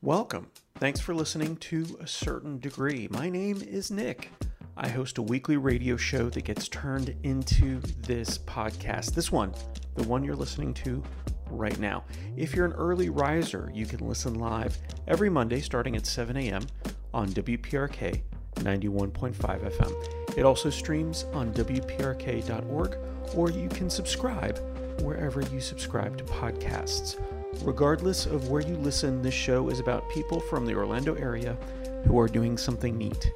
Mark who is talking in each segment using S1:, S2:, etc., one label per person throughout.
S1: Welcome. Thanks for listening to A Certain Degree. My name is Nick. I host a weekly radio show that gets turned into this podcast. This one, the one you're listening to right now. If you're an early riser, you can listen live every Monday starting at 7 a.m. on WPRK 91.5 FM. It also streams on WPRK.org, or you can subscribe wherever you subscribe to podcasts. Regardless of where you listen, this show is about people from the Orlando area who are doing something neat.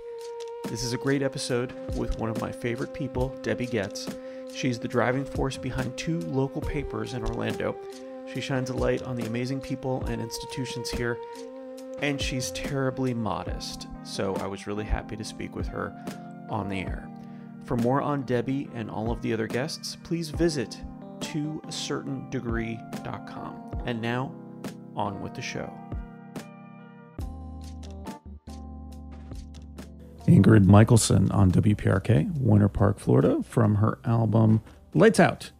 S1: This is a great episode with one of my favorite people, Debbie Getz. She's the driving force behind two local papers in Orlando. She shines a light on the amazing people and institutions here, and she's terribly modest, so I was really happy to speak with her on the air. For more on Debbie and all of the other guests, please visit toacertaindegree.com. And now, on with the show.
S2: Ingrid Michelson on WPRK, Winter Park, Florida, from her album Lights Out.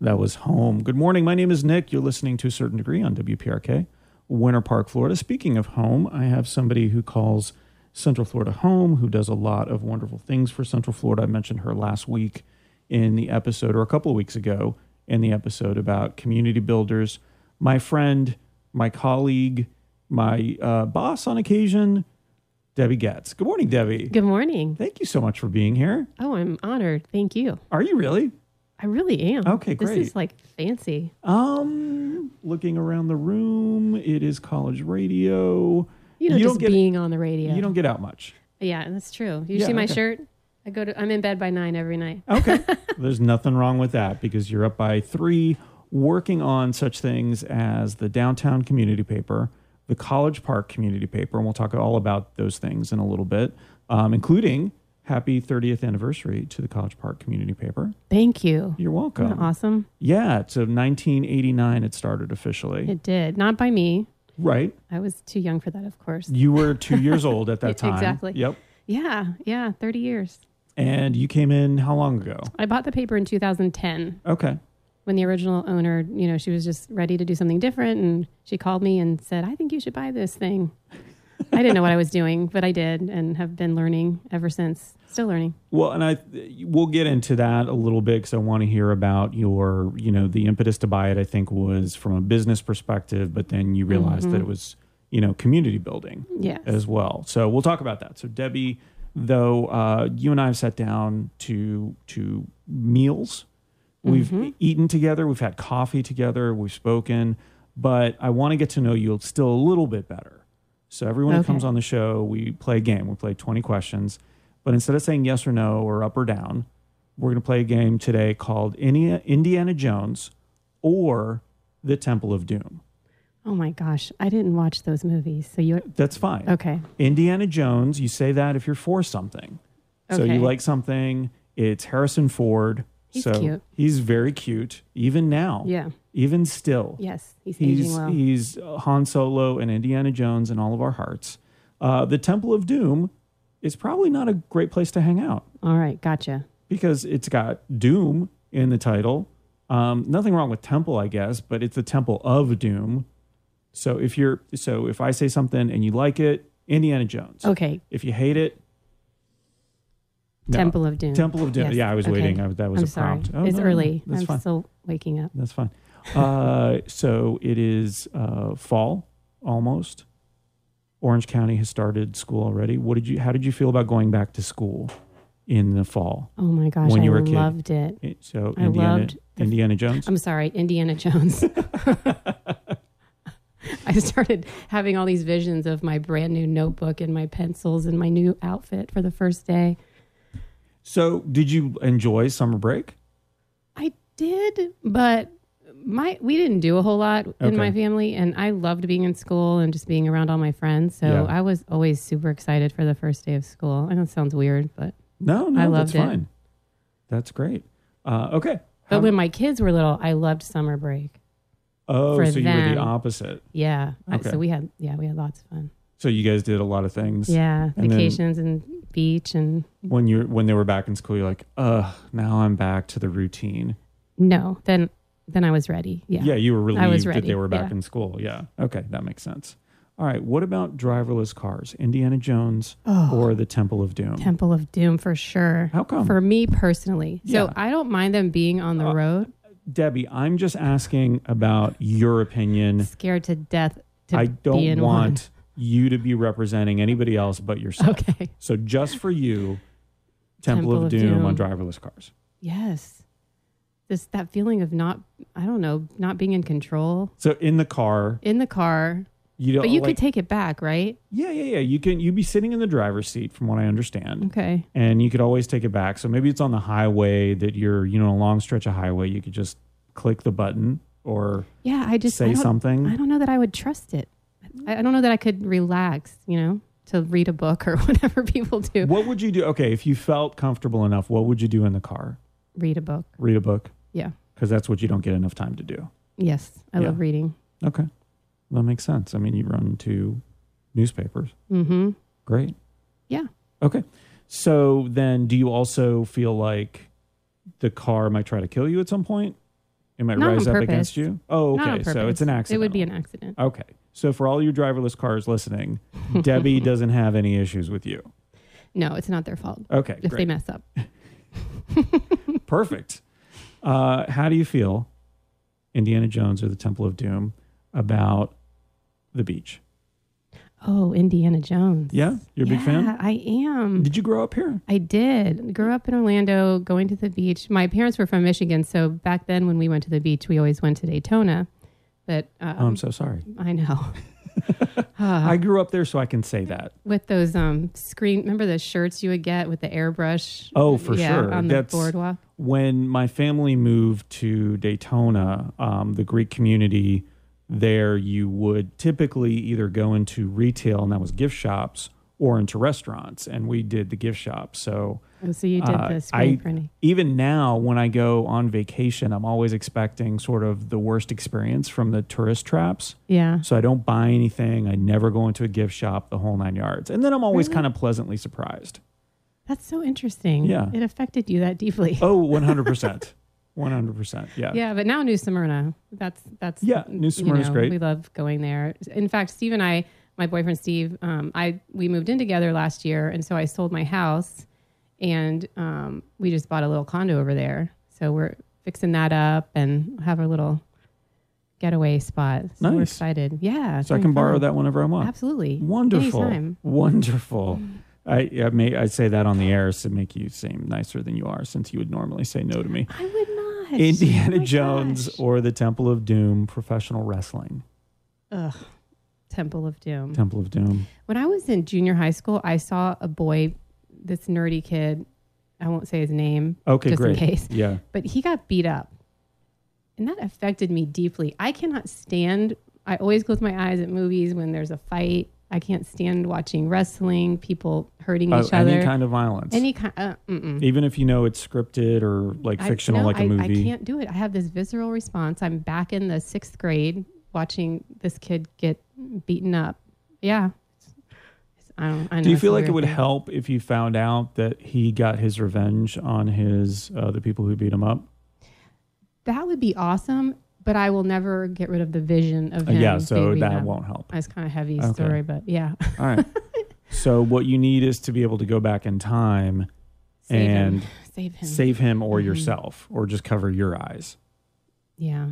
S2: That was home. Good morning. My name is Nick. You're listening to a certain degree on WPRK, Winter Park, Florida. Speaking of home, I have somebody who calls Central Florida home, who does a lot of wonderful things for Central Florida. I mentioned her last week in the episode, or a couple of weeks ago in the episode about community builders. My friend, my colleague, my uh, boss on occasion, Debbie Getz. Good morning, Debbie.
S3: Good morning.
S2: Thank you so much for being here.
S3: Oh, I'm honored. Thank you.
S2: Are you really?
S3: I really am.
S2: Okay,
S3: This
S2: great.
S3: is like fancy.
S2: Um, looking around the room, it is college radio.
S3: You know, just
S2: don't get
S3: being on the radio.
S2: you don't get out much.
S3: yeah, that's true. You
S2: Yeah,
S3: see my
S2: okay.
S3: shirt? I go to. I'm in bed by nine every night.
S2: Okay, there's nothing wrong with that because you're up by three, working on such things as the downtown community paper, the College Park community paper, and we'll talk all about those things in a little bit, um, including happy 30th anniversary to the College Park community paper.
S3: Thank you.
S2: You're welcome.
S3: Isn't that awesome.
S2: Yeah, so 1989 it started officially,
S3: It did not by me.
S2: right?
S3: I was too young for that, of course.
S2: You were two years old at that time.
S3: Exactly.
S2: Yep.
S3: Yeah, yeah. Thirty years.
S2: And you came in how long ago?
S3: I bought the paper in 2010
S2: Okay.
S3: when the original owner, you know, she was just ready to do something different, and she called me and said, "I think you should buy this thing." I didn't know what I was doing, but I did, and have been learning ever since. Still learning.
S2: Well, and I we'll get into that a little bit because I want to hear about your, you know, the impetus to buy it. I think was from a business perspective, but then you realized that it was, you know, community building
S3: Yes.
S2: as well. So we'll talk about that. So Debbie, though, uh, you and I have sat down to to meals. We've eaten together. We've had coffee together. We've spoken, but I want to get to know you still a little bit better. So everyone who
S3: Okay.
S2: comes on the show, we play a game. We play twenty questions, but instead of saying yes or no or up or down, we're going to play a game today called Indiana, Indiana Jones or the Temple of Doom.
S3: Oh my gosh, I didn't watch those movies. So you
S2: That's fine.
S3: okay?
S2: Indiana Jones, you say that if you're for something. So
S3: Okay.
S2: you like something, it's Harrison Ford.
S3: He's
S2: so
S3: cute.
S2: he's very cute, even now.
S3: Yeah.
S2: Even still.
S3: Yes, he's, aging
S2: He's
S3: well.
S2: he's Han Solo and Indiana Jones in all of our hearts. Uh, the Temple of Doom is probably not a great place to hang out
S3: All right, gotcha.
S2: because it's got Doom in the title. Um, nothing wrong with Temple, I guess, but it's the Temple of Doom. So if you're so if I say something and you like it, Indiana Jones.
S3: Okay,
S2: If you hate it, no.
S3: Temple of Doom.
S2: Temple of Doom.
S3: Yes,
S2: Yeah, I was
S3: okay.
S2: waiting. I, was- that was
S3: I'm
S2: a
S3: sorry.
S2: prompt. Oh,
S3: it's
S2: no, no, no.
S3: early.
S2: That's
S3: I'm
S2: fine.
S3: still waking up.
S2: That's fine. Uh, so it is uh, fall almost. Orange County has started school already. What did you? How did you feel about going back to school in the fall?
S3: Oh my gosh,
S2: When
S3: I
S2: you were a kid.
S3: loved it.
S2: It- So
S3: I
S2: Indiana,
S3: loved the-
S2: Indiana Jones.
S3: I'm sorry, Indiana Jones. I started having all these visions of my brand new notebook and my pencils and my new outfit for the first day.
S2: So did you enjoy summer break?
S3: I did, but my we didn't do a whole lot
S2: Okay.
S3: in my family, and I loved being in school and just being around all my friends. So
S2: Yeah.
S3: I was always super excited for the first day of school. I know it sounds weird, but
S2: No, no,
S3: I
S2: that's
S3: loved it.
S2: fine. That's great. Uh, okay.
S3: but
S2: How-
S3: when my kids were little, I loved summer break.
S2: oh,
S3: for
S2: so you were
S3: them-
S2: the opposite.
S3: Yeah, I-
S2: Okay.
S3: so we had yeah we had lots of fun.
S2: So you guys did a lot of things.
S3: Yeah,
S2: And then-
S3: vacations and beach and
S2: when you when they were back in school, you're like, ugh, now I'm back to the routine.
S3: no, then then I was ready. Yeah.
S2: Yeah, you were relieved
S3: I was
S2: that
S3: ready.
S2: they were back
S3: Yeah.
S2: in school. Yeah. Okay, that makes sense. All right, what about driverless cars? Indiana Jones or the Temple of Doom?
S3: Temple of Doom for sure.
S2: How come?
S3: For me personally.
S2: Yeah. Uh,
S3: So I don't mind them being on the road.
S2: Debbie, I'm just asking about your opinion.
S3: Scared to death to
S2: I
S3: be
S2: don't
S3: in
S2: want you to be representing anybody else but yourself.
S3: one. Okay.
S2: So just for you, Temple,
S3: Temple
S2: of,
S3: of
S2: Doom, on
S3: Doom.
S2: driverless cars.
S3: Yes. This that feeling of not I don't know, not being in control
S2: So in the car,
S3: in the car.
S2: you don't
S3: But you
S2: like,
S3: could take it back, right?
S2: Yeah, yeah, yeah. You can you'd be sitting in the driver's seat from what I understand.
S3: Okay.
S2: and you could always take it back. So maybe it's on the highway that you're, you know, a long stretch of highway, you could just click the button or
S3: Yeah, I just I
S2: say
S3: don't-
S2: something.
S3: I don't know that I would trust it. I, I don't know that I could relax, you know, to read a book or whatever people do.
S2: what would you do? Okay, if you felt comfortable enough, what would you do in the car?
S3: Read a book.
S2: Read a book
S3: Yeah.
S2: because that's what you don't get enough time to do.
S3: Yes. I
S2: Yeah.
S3: love reading.
S2: Okay, that makes sense. I mean, you run to newspapers.
S3: Mm-hmm.
S2: Great.
S3: Yeah.
S2: Okay. So then, do you also feel like the car might try to kill you at some point? It might
S3: Not on
S2: rise up
S3: purpose.
S2: against you. Oh,
S3: Not on
S2: okay. So
S3: purpose.
S2: it's an accident.
S3: It would be an accident.
S2: Okay. So for all your driverless cars listening, Debbie doesn't have any issues with you.
S3: No, it's not their fault
S2: Okay,
S3: if they
S2: great.
S3: mess up.
S2: Perfect. Uh, how do you feel, Indiana Jones or the Temple of Doom, about the beach?
S3: Oh, Indiana Jones.
S2: Yeah? You're a big fan?
S3: Yeah, I am.
S2: Did you grow up here?
S3: I did. Grew up in Orlando, going to the beach. My parents were from Michigan, so back then when we went to the beach, we always went to Daytona. But um, uh,
S2: Oh, I'm so sorry.
S3: I know Ah,
S2: I grew up there so I can say that.
S3: with those um screen. Remember the shirts you would get with the airbrush?
S2: Oh, for
S3: yeah,
S2: sure.
S3: on the
S2: That's-
S3: boardwalk.
S2: when my family moved to Daytona, um, the Greek community there, you would typically either go into retail, and that was gift shops, or into restaurants. And we did the gift shop. So
S3: Oh, so you did
S2: uh,
S3: the screen
S2: I-
S3: printing.
S2: even now, when I go on vacation, I'm always expecting sort of the worst experience from the tourist traps.
S3: Yeah.
S2: So I don't buy anything. I never go into a gift shop, the whole nine yards. And then I'm always kind of pleasantly surprised.
S3: That's so interesting.
S2: Yeah.
S3: It affected you that deeply.
S2: Oh, 100%. 100%. Yeah.
S3: Yeah, but now New Smyrna. That's that's
S2: Yeah, New
S3: you
S2: Smyrna's great.
S3: We love going there. In fact, Steve and I, my boyfriend Steve, um, I we moved in together last year, and so I sold my house, and um, we just bought a little condo over there. So we're fixing that up and have our little getaway spot. So we're
S2: Nice.
S3: excited. Yeah. it's
S2: So I
S3: gonna
S2: can
S3: be
S2: borrow
S3: fun.
S2: that whenever I want.
S3: Absolutely.
S2: Wonderful.
S3: Anytime. Mm.
S2: Wonderful. I, I may I say that on the air to make you seem nicer than you are, since you would normally say no to me.
S3: I would not. Oh
S2: Indiana
S3: my
S2: Jones
S3: gosh.
S2: or the Temple of Doom, professional wrestling.
S3: Ugh. Temple of Doom.
S2: Temple of Doom.
S3: When I was in junior high school, I saw a boy, this nerdy kid. I won't say his name,
S2: Okay,
S3: just
S2: great.
S3: in case.
S2: Yeah.
S3: But he got beat up, and that affected me deeply. I cannot stand. I always close my eyes at movies when there's a fight. I can't stand watching wrestling, people hurting
S2: Oh,
S3: each other.
S2: any kind of violence.
S3: Any kind. Uh, mm-mm.
S2: Even if you know it's scripted or like
S3: I-
S2: fictional,
S3: no,
S2: like a
S3: I-
S2: movie.
S3: I can't do it. I have this visceral response. I'm back in the sixth grade watching this kid get beaten up. Yeah. I don't, I know
S2: do you
S3: it's
S2: feel
S3: a
S2: like it
S3: weird
S2: would
S3: thing.
S2: help if you found out that he got his revenge on his uh, the people who beat him up?
S3: That would be awesome, but I will never get rid of the vision of
S2: Uh,
S3: him.
S2: yeah, so
S3: being
S2: that
S3: up.
S2: won't help.
S3: That's kind of a heavy
S2: Okay.
S3: story, but yeah.
S2: All right. so what you need is to be able to go back in time,
S3: Save
S2: And
S3: him. Save him.
S2: save him
S3: Mm-hmm.
S2: or yourself, or just cover your eyes.
S3: yeah.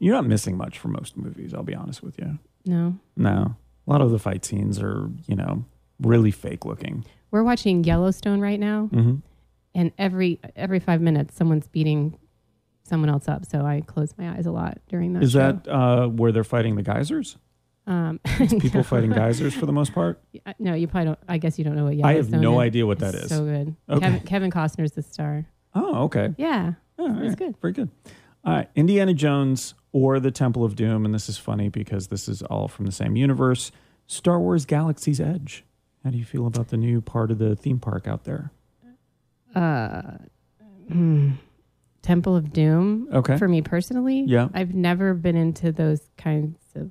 S2: You're not missing much for most movies, I'll be honest with you.
S3: No.
S2: No. A lot of the fight scenes are, you know, really fake looking.
S3: We're watching Yellowstone right now,
S2: Mm-hmm.
S3: and every every five minutes, someone's beating someone else up. So I close my eyes a lot during that.
S2: Is
S3: show.
S2: that uh, where they're fighting the geysers?
S3: um,
S2: People fighting geysers for the most part?
S3: No, you probably don't. I guess you don't know what
S2: I
S3: Yellowstone.
S2: have no
S3: is.
S2: idea what that
S3: It's
S2: is.
S3: So good.
S2: Okay.
S3: Kevin, Kevin Costner's the star.
S2: oh, okay.
S3: Yeah,
S2: All right.
S3: it's good.
S2: Very good. All right. Indiana Jones or the Temple of Doom. And this is funny because this is all from the same universe Star Wars Galaxy's Edge. How do you feel about the new part of the theme park out there?
S3: Uh, hmm. Temple of Doom.
S2: Okay.
S3: for me personally.
S2: Yeah.
S3: I've never been into those kinds of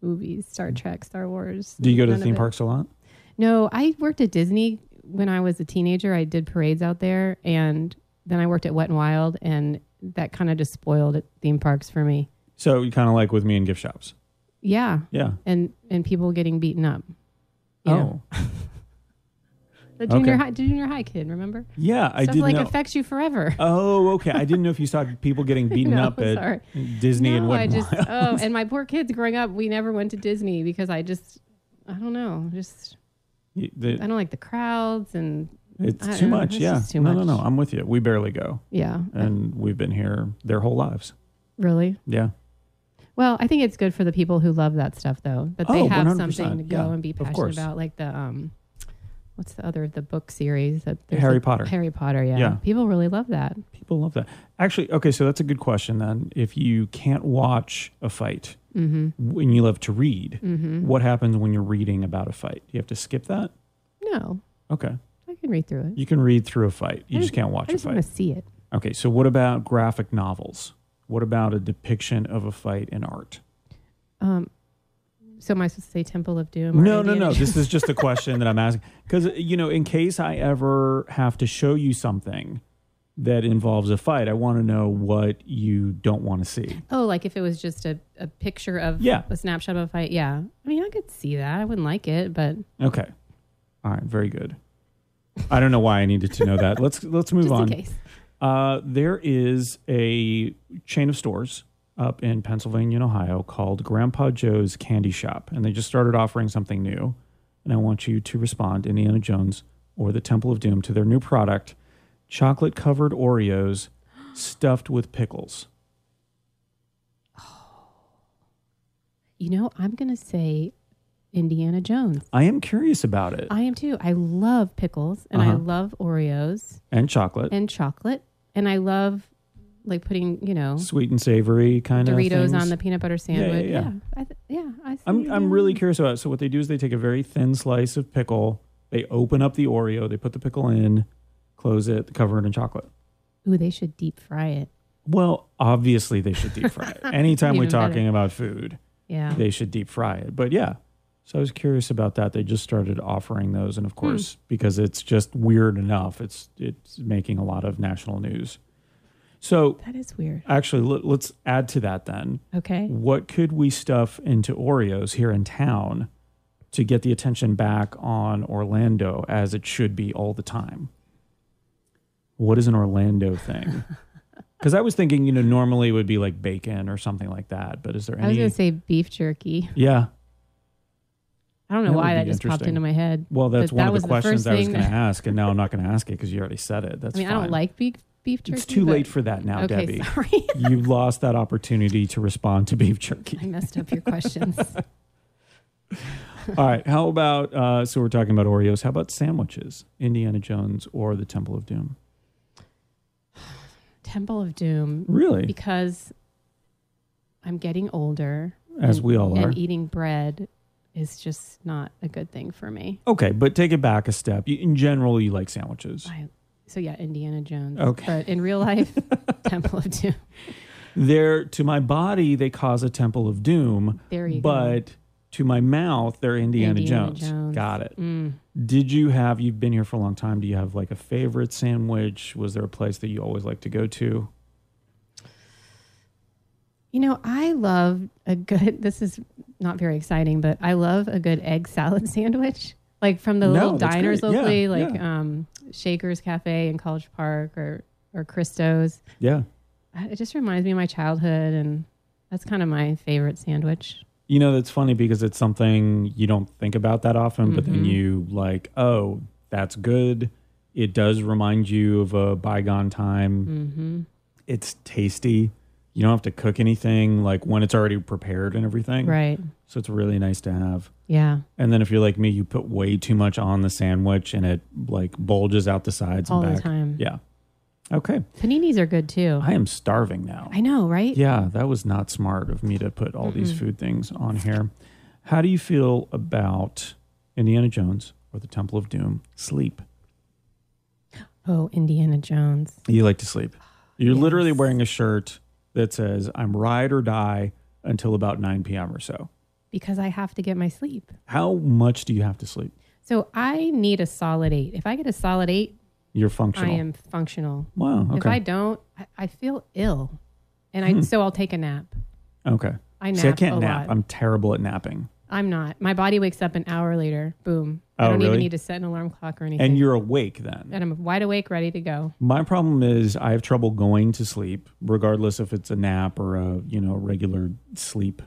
S3: movies, Star Trek, Star Wars.
S2: do you go to
S3: none of
S2: theme
S3: it.
S2: parks a lot?
S3: No, I worked at Disney when I was a teenager. I did parades out there and then I worked at Wet and Wild and that kind of just spoiled it- theme parks for me.
S2: So you kind of like with me in gift shops.
S3: Yeah.
S2: Yeah.
S3: And and people getting beaten up. you know.
S2: Oh.
S3: The junior
S2: okay.
S3: high junior high kid, remember?
S2: Yeah, I
S3: Stuff
S2: did
S3: like
S2: know.
S3: affects you forever.
S2: oh, okay. I didn't know if you saw people getting beaten
S3: No,
S2: up at
S3: sorry.
S2: Disney and
S3: no,
S2: what
S3: I just oh, and my poor kids growing up, we never went to Disney because I just I don't know, just I don't like the crowds and
S2: It's
S3: I
S2: too
S3: don't know.
S2: much.
S3: It's
S2: Yeah.
S3: just too
S2: no, no,
S3: much.
S2: no. I'm with you. We barely go,
S3: yeah, uh,
S2: and we've been here their whole lives.
S3: really.
S2: Yeah.
S3: Well, I think it's good for the people who love that stuff though, that
S2: Oh,
S3: they have
S2: 100%,
S3: something to go
S2: yeah,
S3: and be
S2: of
S3: passionate
S2: course.
S3: about like the um what's the other the book series that there's
S2: Harry
S3: a-
S2: Potter.
S3: Harry Potter, yeah.
S2: Yeah.
S3: People really love that.
S2: People love that. Actually, okay, so that's a good question then. If you can't watch a fight
S3: Mm-hmm.
S2: when you love to read, what happens when you're reading about a fight? You have to skip that?
S3: No,
S2: Okay.
S3: I can read through it.
S2: You can read through a fight. You
S3: I
S2: just can't watch
S3: I
S2: a
S3: just want
S2: fight.
S3: to see it.
S2: Okay, so what about graphic novels? What about a depiction of a fight in art?
S3: Um, so am I supposed to say Temple of Doom? or
S2: No, no,
S3: Indiana
S2: no.
S3: Jones?
S2: This is just a question that I'm asking because you know, in case I ever have to show you something that involves a fight, I want to know what you don't want to see.
S3: Oh, like if it was just a, a picture of
S2: Yeah.
S3: a snapshot of a fight. Yeah. I mean, I could see that. I wouldn't like it, but
S2: Okay. All right. Very good. I don't know why I needed to know that. Let's let's move
S3: just
S2: on.
S3: in case.
S2: Uh, there is a chain of stores up in Pennsylvania and Ohio called Grandpa Joe's Candy Shop, and they just started offering something new. And I want you to respond, Indiana Jones or the Temple of Doom, to their new product, chocolate covered Oreos stuffed with pickles.
S3: You know, I'm going to say Indiana Jones.
S2: I am curious about it.
S3: I am too. I love pickles and I
S2: Uh-huh.
S3: love Oreos
S2: And chocolate,
S3: and chocolate. And I love like putting, you know,
S2: sweet and savory kind of
S3: Doritos
S2: things.
S3: on the peanut butter
S2: yeah,
S3: sandwich.
S2: yeah.
S3: I th- yeah I see
S2: I'm I'm
S3: Indiana
S2: really
S3: Jones.
S2: curious about. It. So what they do is they take a very thin slice of pickle, they open up the Oreo, they put the pickle in, close it, cover it in chocolate.
S3: Ooh, they should deep fry it.
S2: Well, obviously they should deep fry it. Anytime we're
S3: Even better.
S2: talking about food,
S3: Yeah.
S2: they should deep fry it. But yeah, so I was curious about that. They just started offering those, and of
S3: Hmm.
S2: course, because it's just weird enough, it's it's making a lot of national news. So
S3: that is weird.
S2: actually, let, let's add to that then.
S3: Okay.
S2: What could we stuff into Oreos here in town to get the attention back on Orlando as it should be all the time? What is an Orlando thing? Because I was thinking, you know, normally it would be like bacon or something like that. But is there
S3: I was
S2: any?
S3: going to say beef jerky.
S2: yeah.
S3: I don't know
S2: That would
S3: why
S2: be
S3: that just popped
S2: interesting.
S3: into my head.
S2: Well, that's
S3: But
S2: one
S3: that
S2: of
S3: was
S2: the
S3: the
S2: questions
S3: first
S2: I was
S3: thing
S2: going to ask, and now I'm not going to ask it because you already said it. That's
S3: I mean, I
S2: fine.
S3: don't like beef beef jerky.
S2: It's too late
S3: but-
S2: for that now,
S3: okay,
S2: Debbie.
S3: Sorry,
S2: you lost that opportunity to respond to beef
S3: I
S2: jerky.
S3: messed up your questions.
S2: All right. How about uh, so we're talking about Oreos? How about sandwiches? Indiana Jones or the Temple of Doom?
S3: Temple of Doom,
S2: Really?
S3: because I'm getting older,
S2: As
S3: and-
S2: we all are.
S3: Mm-hmm. and eating bread is just not a good thing for me.
S2: Okay, but take it back a step. You- In general, you like sandwiches.
S3: I, so yeah, Indiana Jones.
S2: Okay.
S3: but in real life, Temple of Doom.
S2: They're to my body, they cause a Temple of Doom,
S3: There you go.
S2: but to my mouth, they're Indiana,
S3: Indiana
S2: Jones.
S3: Jones.
S2: Got it.
S3: Mm.
S2: Did you have? You've been here for a long time. Do you have like a favorite sandwich? Was there a place that you always like to go to?
S3: You know, I love a good. This is not very exciting, but I love a good egg salad sandwich, like from the
S2: No,
S3: little
S2: that's
S3: diners
S2: great. Yeah,
S3: locally, like Um, Shaker's Cafe in College Park or or Christo's.
S2: Yeah.
S3: Uh, It just reminds me of my childhood, and that's kind of my favorite sandwich.
S2: You know, that's funny because it's something you don't think about that often, but
S3: Mm-hmm.
S2: then you like, oh, that's good. It does remind you of a bygone time.
S3: hmm
S2: It's tasty. You don't have to cook anything like when it's already prepared and everything.
S3: Right?
S2: So it's really nice to have.
S3: Yeah.
S2: And then if you're like me, you put way too much on the sandwich and it like bulges out the sides
S3: All
S2: and
S3: the
S2: back.
S3: time.
S2: Yeah. Okay.
S3: Paninis are good too.
S2: I am starving now.
S3: I know, right?
S2: Yeah, that was not smart of me to put all these food things on here. How do you feel about Indiana Jones or the Temple of Doom? Sleep.
S3: Oh, Indiana Jones.
S2: You like to sleep. You're
S3: Yes.
S2: literally wearing a shirt that says, I'm ride or die until about 9 p.m. or so.
S3: Because I have to get my sleep.
S2: How much do you have to sleep?
S3: So I need a solid eight. If I get a solid eight,
S2: You're
S3: I
S2: functional.
S3: am functional.
S2: Wow.
S3: If I
S2: Okay.
S3: don't, I, I feel ill, and I so I'll take a nap.
S2: okay.
S3: I nap
S2: See, I can't
S3: a
S2: nap.
S3: lot.
S2: I'm terrible at napping.
S3: I'm not. My body wakes up an hour later. Boom. I
S2: Oh,
S3: don't even
S2: really?
S3: need to set an alarm clock or anything.
S2: And you're awake then.
S3: and I'm wide awake, ready to go.
S2: My problem is I have trouble going to sleep, regardless if it's a nap or a you know regular sleep.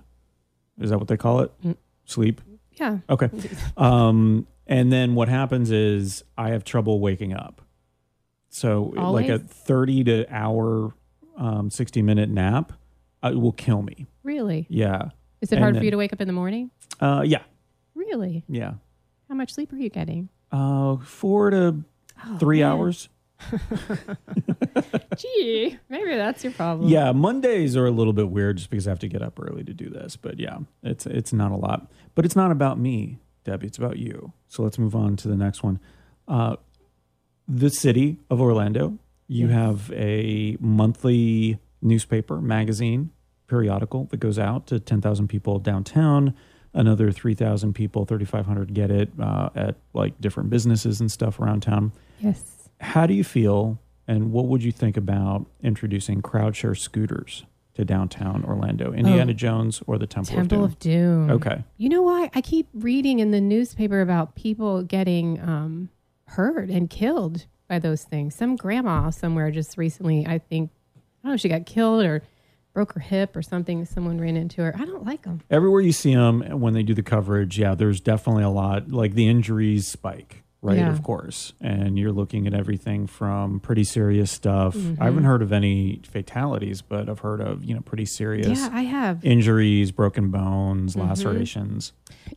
S2: Is that what they call it?
S3: Mm.
S2: Sleep.
S3: Yeah.
S2: Okay. Um, and then what happens is I have trouble waking up. So like a
S3: Always?
S2: thirty to hour, um, sixty minute nap, uh, it will kill me.
S3: Really?
S2: Yeah.
S3: Is it
S2: And
S3: hard
S2: then-
S3: for you to wake up in the morning?
S2: Uh, yeah.
S3: Really?
S2: Yeah.
S3: How much sleep are you getting?
S2: Uh, four to
S3: Oh,
S2: three
S3: man.
S2: hours.
S3: Gee, maybe that's your problem.
S2: Yeah, Mondays are a little bit weird just because I have to get up early to do this. But yeah, it's it's not a lot. But it's not about me, Debbie. It's about you. So let's move on to the next one. Uh, the city of Orlando. You have a monthly newspaper, magazine, periodical that goes out to ten thousand people downtown. Another three thousand people, thirty five hundred get it uh, at like different businesses and stuff around town
S3: Yes.
S2: how do you feel and what would you think about introducing crowdshare scooters to downtown Orlando, Indiana Jones or the Oh. Temple,
S3: Temple
S2: of
S3: of Doom.
S2: Doom? okay.
S3: You know why? I keep reading in the newspaper about people getting um, hurt and killed by those things. Some grandma somewhere just recently, I think, I don't know if she got killed or broke her hip or something. Someone ran into her. I don't like them.
S2: Everywhere you see them when they do the coverage, yeah, there's definitely a lot like the injuries spike, right?
S3: Yeah.
S2: Of course. And you're looking at everything from pretty serious stuff. I haven't heard of any fatalities, but I've heard of, you know, pretty serious
S3: Yeah, I have.
S2: injuries, broken bones, lacerations.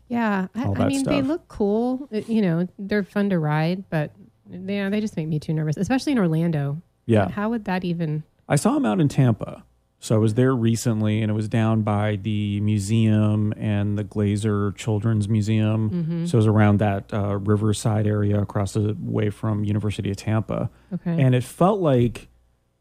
S3: Yeah, I,
S2: All
S3: I
S2: that
S3: mean, they
S2: stuff.
S3: look cool. It- you know, they're fun to ride, but yeah, they just make me too nervous, especially in Orlando.
S2: Yeah.
S3: How would that even?
S2: I saw him out in Tampa. So I was there recently and it was down by the museum and the Glazer Children's Museum. So it was around that uh, riverside area across the way from University of Tampa.
S3: Okay.
S2: And it felt like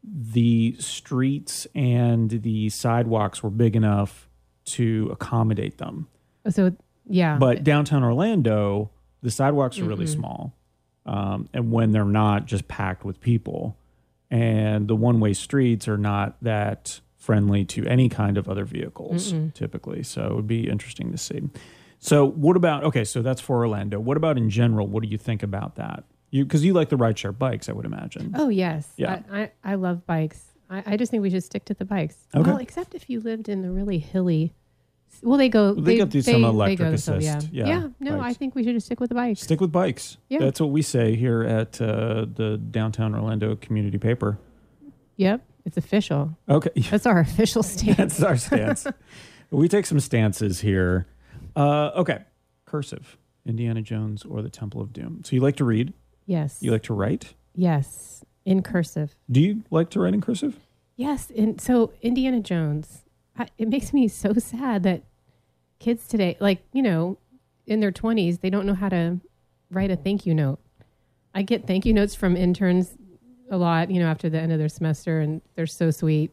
S2: the streets and the sidewalks were big enough to accommodate them.
S3: so yeah,
S2: But downtown Orlando, the sidewalks are really
S3: Mm-hmm.
S2: small. Um, and when they're not, just packed with people. And the one way streets are not that friendly to any kind of other vehicles typically. So it would be interesting to see. So, what about, okay, so that's for Orlando. What about in general? What do you think about that? You Because you like the rideshare bikes, I would imagine.
S3: Oh yes.
S2: Yeah.
S3: I, I, I love bikes. I, I just think we should stick to the bikes.
S2: Okay.
S3: Well, except if you lived in the really hilly. Well, they go.
S2: They got these some electric
S3: go themselves,
S2: assist,
S3: Yeah.
S2: yeah,
S3: No, I
S2: bikes.
S3: think we should just stick with the bikes.
S2: Stick with bikes.
S3: Yeah.
S2: That's what we say here at uh, the downtown Orlando community paper.
S3: Yep. It's official.
S2: Okay.
S3: That's our official stance.
S2: That's our stance. we take some stances here. Uh, okay. Cursive, Indiana Jones, or the Temple of Doom. So you like to read,
S3: yes.
S2: you like to write.
S3: yes. In cursive.
S2: Do you like to write in cursive?
S3: Yes, and so Indiana Jones. I, it makes me so sad that kids today, like you know, in their twenties, they don't know how to write a thank you note. I get thank you notes from interns a lot, you know, after the end of their semester, and they're so sweet.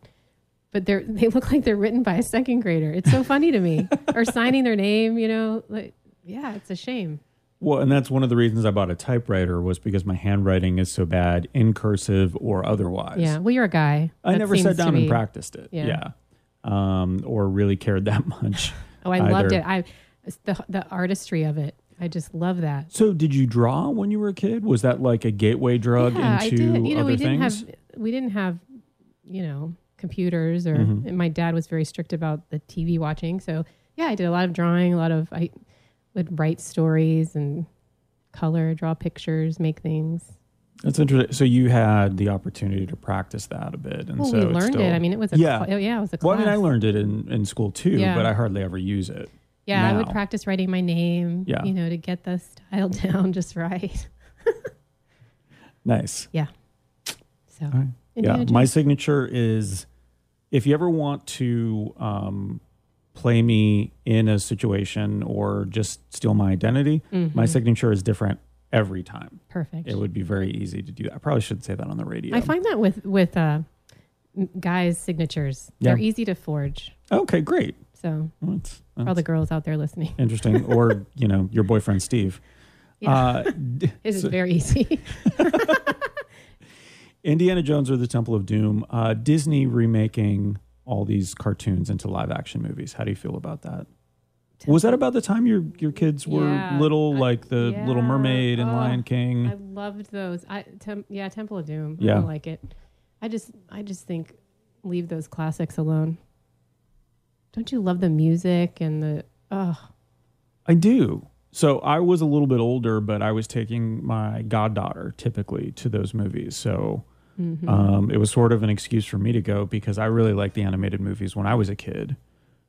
S3: But they're they look like they're written by a second grader. It's so funny to me. Or signing their name, you know, like yeah, it's a shame.
S2: Well, and that's one of the reasons I bought a typewriter was because my handwriting is so bad in cursive or otherwise.
S3: Yeah. Well, you're a guy.
S2: I
S3: That
S2: never
S3: seems
S2: sat
S3: to
S2: down and
S3: be-
S2: practiced it.
S3: Yeah.
S2: Yeah. Um, or really cared that much.
S3: Oh, I loved
S2: either.
S3: it. I it's the the artistry of it. I just love that.
S2: So did you draw when you were a kid? Was that like a gateway drug into
S3: You know,
S2: other
S3: we didn't
S2: things?
S3: have we didn't have you know computers or
S2: Mm-hmm.
S3: and my dad was very strict about the TV watching. So yeah, I did a lot of drawing, a lot of I would write stories and color, draw pictures, make things.
S2: That's interesting. So you had the opportunity to practice that a bit, and
S3: Well,
S2: so
S3: we
S2: it's
S3: learned
S2: still-
S3: it. I mean, it was a
S2: Yeah.
S3: cla- oh, yeah, it was a class.
S2: well, I mean, I learned it in, in school too,
S3: Yeah.
S2: but I hardly ever use it.
S3: yeah, I would
S2: now.
S3: practice writing my name.
S2: Yeah.
S3: you know, to get the style down just right.
S2: Nice.
S3: Yeah. So
S2: All right.
S3: Indiana
S2: yeah,
S3: Jones.
S2: my signature is if you ever want to um, play me in a situation or just steal my identity,
S3: Mm-hmm.
S2: my signature is different every time.
S3: perfect.
S2: It would um, be very easy to do. that. I probably should say that on the radio.
S3: I find that with with uh, m- guys' signatures,
S2: Yeah.
S3: they're easy to forge.
S2: okay, great.
S3: So
S2: Well, that's,
S3: for all the girls out there listening,
S2: interesting. or you know, your boyfriend Steve.
S3: Yeah.
S2: Uh, d-
S3: it is
S2: so-
S3: very easy.
S2: Indiana Jones or the Temple of Doom, uh, Disney remaking all these cartoons into live action movies. How do you feel about that? Was that about the time your your kids were
S3: Yeah.
S2: little,
S3: I-
S2: like the
S3: yeah.
S2: Little Mermaid and
S3: Oh,
S2: Lion King?
S3: I loved those. I tem- yeah, Temple of Doom.
S2: Yeah.
S3: I don't like it. I just I just think leave those classics alone. Don't you love the music and the oh
S2: I do. So I was a little bit older, but I was taking my goddaughter typically to those movies. So
S3: Mm-hmm.
S2: um, it was sort of an excuse for me to go because I really liked the animated movies when I was a kid.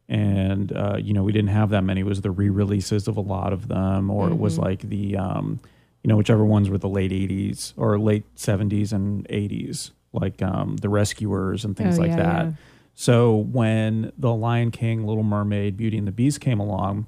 S2: And, uh, you know, we didn't have that many. It was the re releases of a lot of them, or it
S3: Mm-hmm.
S2: was like the, um, you know, whichever ones were the late 80s or late 70s and 80s, like um, The Rescuers and things
S3: Oh,
S2: like
S3: yeah,
S2: that.
S3: yeah.
S2: So when The Lion King, Little Mermaid, Beauty and the Beast came along,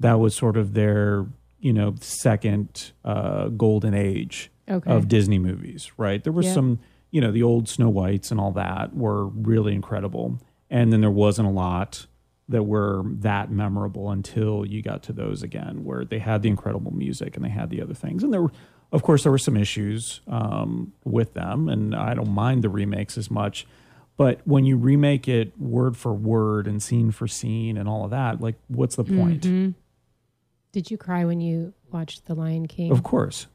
S2: that was sort of their, you know, second uh, golden age
S3: Okay.
S2: of Disney movies, right? There were
S3: Yeah.
S2: some, you know, the old Snow Whites and all that were really incredible. And then there wasn't a lot that were that memorable until you got to those again, where they had the incredible music and they had the other things. And there were, of course, there were some issues um, with them. And I don't mind the remakes as much. But when you remake it word for word and scene for scene and all of that, like, what's the point?
S3: Mm-hmm. did you cry when you watched The Lion King?
S2: Of course.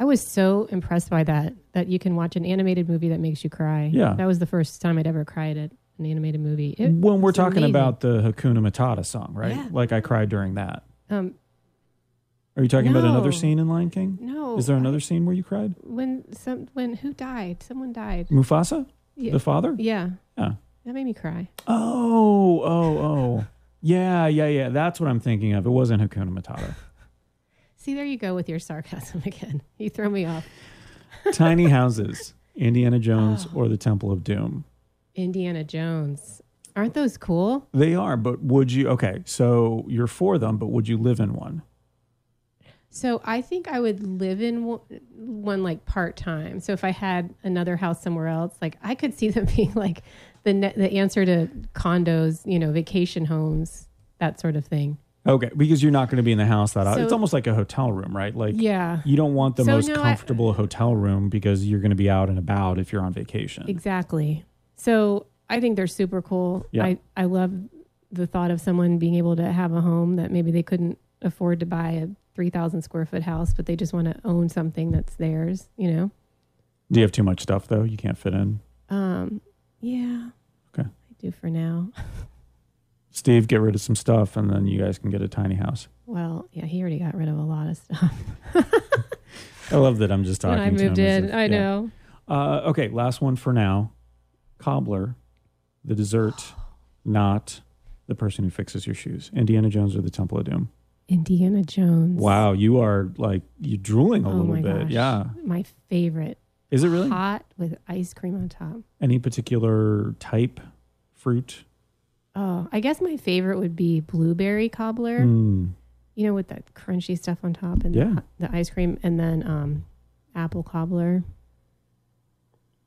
S3: I was so impressed by that that you can watch an animated movie that makes you cry.
S2: Yeah.
S3: That was the first time I'd ever cried at an animated movie. It
S2: when we're
S3: was
S2: talking
S3: amazing.
S2: about the Hakuna Matata song, right?
S3: Yeah.
S2: Like I cried during that.
S3: um
S2: Are you talking about another
S3: No.
S2: scene in Lion King?
S3: no
S2: Is there another scene where you cried?
S3: when some when who died? Someone died.
S2: Mufasa,
S3: Yeah.
S2: the father?
S3: yeah.
S2: Yeah.
S3: That made me cry.
S2: Oh, oh, oh. Yeah, yeah, yeah. That's what I'm thinking of. It wasn't Hakuna Matata.
S3: See, there you go with your sarcasm again. You throw me off.
S2: Tiny houses, Indiana Jones,
S3: Oh.
S2: or the Temple of Doom.
S3: Indiana Jones. Aren't those cool?
S2: They are, but would you? Okay, so you're for them, but would you live in one?
S3: So I think I would live in one, one like part time. So if I had another house somewhere else, like I could see them being like the ne- the answer to condos, you know, vacation homes, that sort of thing.
S2: Okay, because you're not going to be in the house that.
S3: So-
S2: it's almost like a hotel room, right? Like
S3: Yeah,
S2: You don't want the
S3: So,
S2: most
S3: no, I-
S2: comfortable hotel room because you're going to be out and about if you're on vacation.
S3: exactly. So I think they're super cool.
S2: Yeah.
S3: I I love the thought of someone being able to have a home that maybe they couldn't afford to buy a three thousand square foot house, but they just want to own something that's theirs. You know.
S2: Do you have too much stuff though? You can't fit in.
S3: Um, yeah.
S2: Okay.
S3: I do for now.
S2: Steve, get rid of some stuff and then you guys can get a tiny house.
S3: Well, yeah, he already got rid of a lot of stuff
S2: I love that I'm just
S3: when
S2: talking
S3: I
S2: to
S3: moved
S2: him as
S3: in.
S2: if-
S3: I
S2: yeah.
S3: know.
S2: Uh, okay, last one for now. Cobbler, the dessert, not the person who fixes your shoes. Indiana Jones or the Temple of Doom.
S3: Indiana Jones.
S2: Wow, you are like you drooling a
S3: Oh
S2: little
S3: my
S2: bit.
S3: gosh.
S2: Yeah.
S3: My favorite.
S2: Is it really?
S3: Hot with ice cream on top.
S2: Any particular type fruit?
S3: Oh, I guess my favorite would be blueberry cobbler.
S2: Mm.
S3: You know, with that crunchy stuff on top and
S2: Yeah.
S3: the, the ice cream, and then um, apple cobbler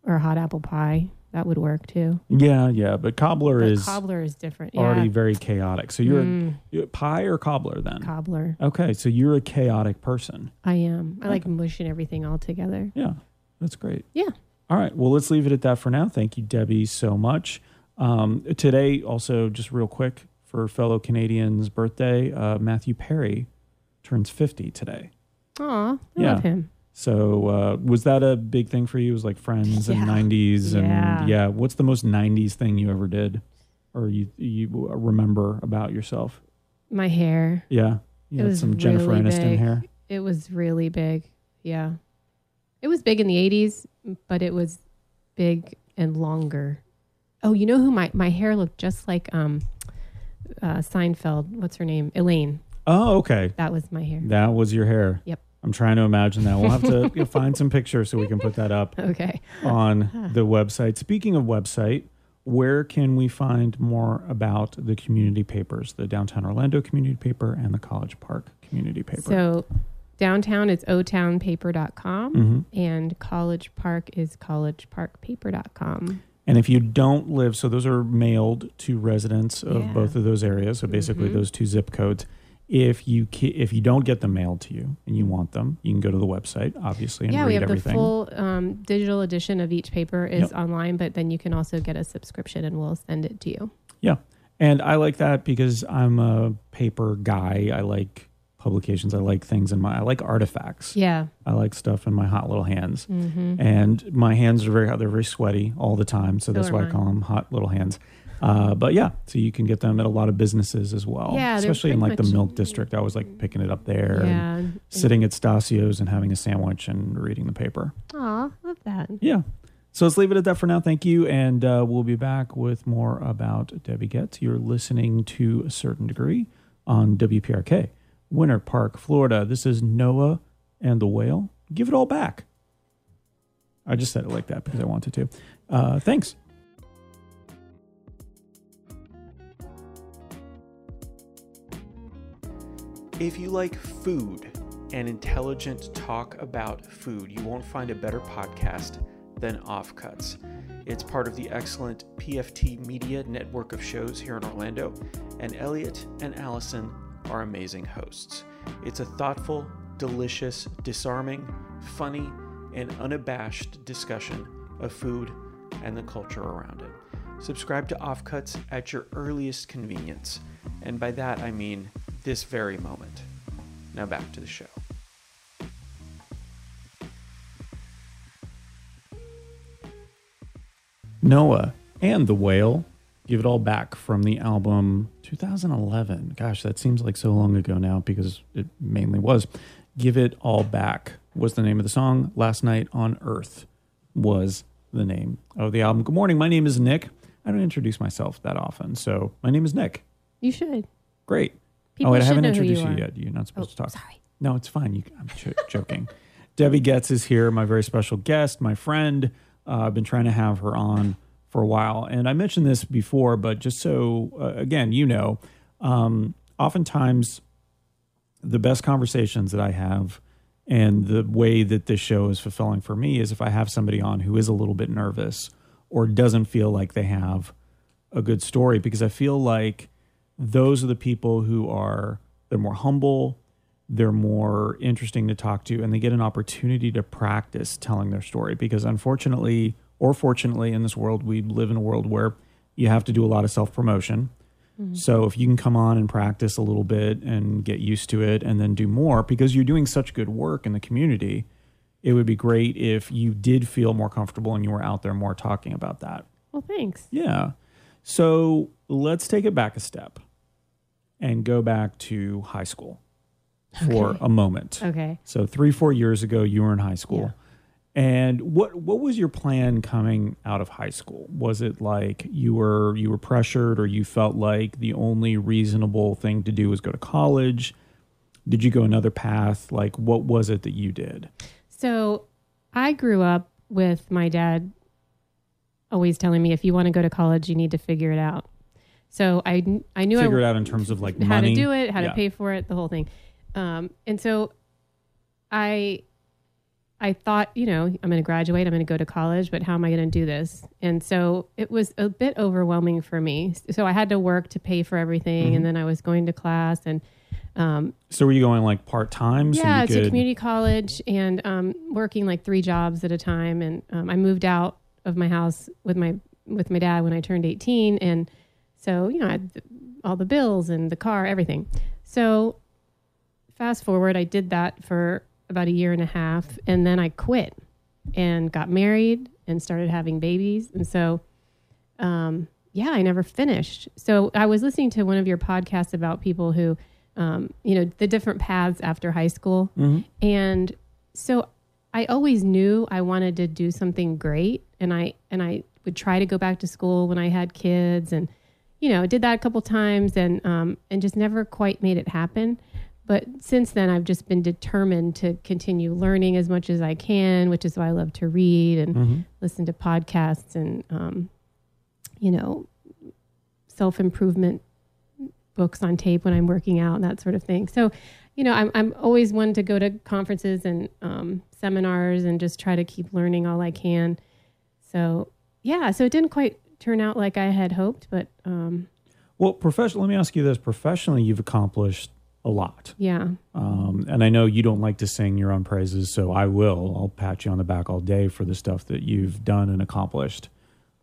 S3: or hot apple pie. That would work too.
S2: Yeah, yeah, but cobbler
S3: But
S2: is
S3: cobbler is different.
S2: already
S3: yeah.
S2: very chaotic. So you're,
S3: Mm,
S2: you pie or cobbler then?
S3: cobbler.
S2: Okay, so you're a chaotic person.
S3: I am. I like
S2: Okay.
S3: mushing everything all together.
S2: Yeah, that's great.
S3: Yeah.
S2: All right, well, let's leave it at that for now. Thank you, Debbie, so much. Um, today, also, just real quick for fellow Canadians' birthday, uh, Matthew Perry turns 50 today.
S3: Aw, I
S2: Yeah.
S3: love him.
S2: So, uh, was that a big thing for you? It was like friends
S3: Yeah.
S2: and 90s. And yeah.
S3: Yeah.
S2: what's the most 90s thing you ever did or you, you remember about yourself?
S3: My hair,
S2: Yeah. You
S3: It
S2: had
S3: was
S2: some Jennifer
S3: really
S2: Aniston
S3: big.
S2: hair.
S3: it was really big. Yeah. It was big in the 80s, but it was big and longer. Oh, you know who my, my hair looked just like um, uh, Seinfeld. What's her name? Elaine.
S2: Oh, okay.
S3: That was my hair.
S2: That was your hair.
S3: Yep.
S2: I'm trying to imagine that. We'll have to you know, find some pictures so we can put that up
S3: Okay.
S2: on the website. Speaking of website, where can we find more about the community papers, the downtown Orlando community paper and the College Park community paper?
S3: So downtown is otownpaper.com
S2: Mhm.
S3: and College Park is collegeparkpaper.com.
S2: And if you don't live, so those are mailed to residents of
S3: Yeah.
S2: both of those areas. So basically,
S3: Mhm.
S2: those two zip codes. If you ca- if you don't get them mailed to you and you want them, you can go to the website, obviously, and
S3: yeah,
S2: read
S3: we have
S2: everything.
S3: the full um, digital edition of each paper is
S2: Yep.
S3: online, but then you can also get a subscription and we'll send it to you.
S2: Yeah. And I like that because I'm a paper guy. I like publications. I like things in my I like artifacts.
S3: Yeah.
S2: I like stuff in my hot little hands.
S3: Mm-hmm.
S2: And my hands are very hot. They're very sweaty all the time. So,
S3: So
S2: that's
S3: are
S2: why I
S3: mine.
S2: call them hot little hands. Uh, but yeah, so you can get them at a lot of businesses as well.
S3: Yeah, they're
S2: Especially in
S3: pretty
S2: like the
S3: much-
S2: milk district. I was like picking it up there and
S3: Yeah.
S2: sitting at Stasio's and having a sandwich and reading the paper.
S3: Aw, love that.
S2: Yeah. So let's leave it at that for now. Thank you. And uh, we'll be back with more about Debbie Getz. You're listening to a certain degree on WPRK, Winter Park, Florida. This is Noah and the Whale. Give it all back. I just said it like that because I wanted to. Uh, thanks.
S4: If you like food and intelligent talk about food, you won't find a better podcast than Offcuts. It's part of the excellent PFT Media network of shows here in Orlando, and Elliot and Allison are amazing hosts. It's a thoughtful, delicious, disarming, funny, and unabashed discussion of food and the culture around it. Subscribe to Offcuts at your earliest convenience, and by that I mean this very moment. Now back to the show.
S2: Noah and the Whale. Give it all back from the album 2011. Gosh, that seems like so long ago now because it mainly was. Give it all back was the name of the song. Last Night on Earth was the name of the album. Good morning. My name is Nick. I don't introduce myself that often. So my name is Nick.
S3: You should.
S2: Great.
S3: People
S2: oh, wait, Oh, I
S3: should
S2: haven't
S3: know who
S2: introduced
S3: you
S2: you,
S3: are.
S2: yet. You're not supposed to
S3: Oh,
S2: talk.
S3: sorry.
S2: No, it's fine. You, I'm jo- joking. Debbie Getz is here, my very special guest, my friend. Uh, I've been trying to have her on for a while. And I mentioned this before, but just so, uh, again, you know, um, oftentimes the best conversations that I have and the way that this show is fulfilling for me is if I have somebody on who is a little bit nervous or doesn't feel like they have a good story because I feel like those are the people who are they're more humble, they're more interesting to talk to and they get an opportunity to practice telling their story because unfortunately or fortunately in this world we live in a world where you have to do a lot of self-promotion. So if you can come on and practice a little bit and get used to it and then do more because you're doing such good work in the community, it would be great if you did feel more comfortable and you were out there more talking about that.
S5: Well, thanks.
S2: Yeah. So let's take it back a step and go back to high school for
S5: Okay.
S2: a moment.
S5: Okay.
S2: So three, four years ago, you were in high school. And what what was your plan coming out of high school? Was it like you were you were pressured, or you felt like the only reasonable thing to do was go to college? Did you go another path? Like, what was it that you did?
S5: So
S3: I grew up with my dad always telling me if you want to go to college, you need to figure it out. So I, kn- I knew I
S2: Figure it out in terms of like
S3: how
S2: money.
S3: to do it, how
S2: Yeah.
S3: to pay for it, the whole thing. Um, and so I I thought, you know, I'm going to graduate, I'm going to go to college, but how am I going to do this? And so it was a bit overwhelming for me. So I had to work to pay for everything,
S2: Mm-hmm.
S3: and then I was going to class and um,
S2: So were you going like part time?
S3: yeah,
S2: so you
S3: to community college and um, working like three jobs at a time. And um, I moved out of my house with my with my dad when I turned eighteen, and so you know I had th- all the bills and the car, everything. So fast forward, I did that for about a year and a half, and then I quit and got married and started having babies, and so. Um, yeah, I never finished. So I was listening to one of your podcasts about people who, um, you know, the different paths after high school.
S2: Mhm.
S3: And so I always knew I wanted to do something great and I and I would try to go back to school when I had kids and you know, did that a couple times and um and just never quite made it happen. But since then I've just been determined to continue learning as much as I can, which is why I love to read and
S2: Mhm.
S3: listen to podcasts and um you know, self-improvement books on tape when I'm working out and that sort of thing. So, you know, I'm, I'm always one to go to conferences and um, seminars and just try to keep learning all I can. So, yeah, so it didn't quite turn out like I had hoped, but um,
S2: Well, professional. Let me ask you this: professionally, you've accomplished a lot.
S3: Yeah.
S2: Um, and I know you don't like to sing your own praises, so I will. I'll pat you on the back all day for the stuff that you've done and accomplished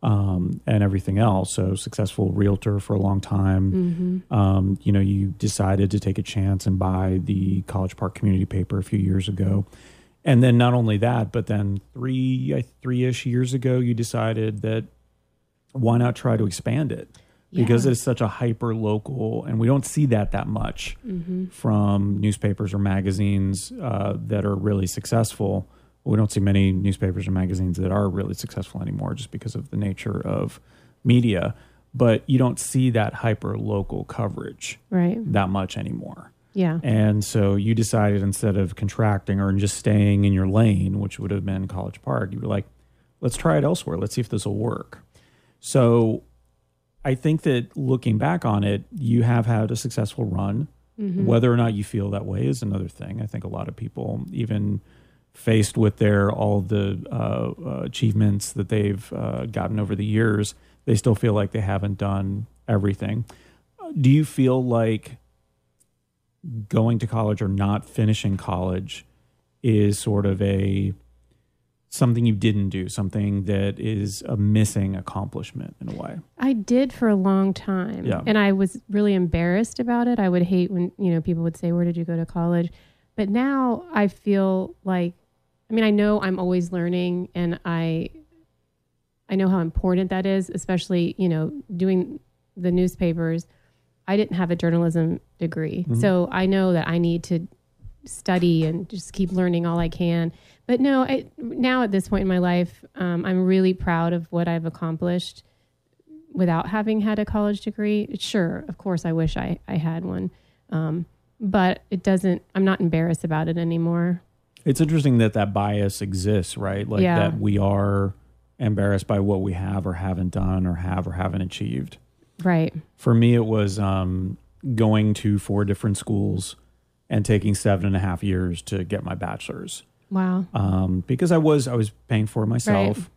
S2: um, and everything else. So, successful realtor for a long time. Um, you know, you decided to take a chance and buy the College Park Community Paper a few years ago. And then not only that, but then three three ish years ago, you decided that why not try to expand it because
S3: Yeah.
S2: it's such a hyper local and we don't see that that much from newspapers or magazines uh, that are really successful we don't see many newspapers or magazines that are really successful anymore just because of the nature of media but you don't see that hyper local coverage
S3: Right.
S2: that much anymore
S3: Yeah.
S2: and so you decided instead of contracting or just staying in your lane, which would have been College Park, you were like, let's try it elsewhere. Let's see if this will work. So I think that looking back on it, you have had a successful run. Whether or not you feel that way is another thing. I think a lot of people, even faced with their all the uh, uh, achievements that they've uh, gotten over the years, they still feel like they haven't done everything. Uh, Do you feel like going to college or not finishing college is sort of a something you didn't do, something that is a missing accomplishment in a way.
S3: I did for a long time.
S2: Yeah.
S3: And I was really embarrassed about it. I would hate when, you know, people would say, Where did you go to college? But now I feel like I mean, I know I'm always learning and I I know how important that is, especially, you know, doing the newspapers. I didn't have a journalism degree. So I know that I need to study and just keep learning all I can. But no, I, now at this point in my life, um, I'm really proud of what I've accomplished without having had a college degree. Sure, of course, I wish I, I had one. Um, but it doesn't, I'm not embarrassed about it anymore.
S2: It's interesting that that bias exists, right? Like
S3: Yeah.
S2: that we are embarrassed by what we have or haven't done or have or haven't achieved.
S3: Right.
S2: For me, it was um, going to four different schools and taking seven and a half years to get my bachelor's.
S3: Wow.
S2: um, because I was I was paying for it myself,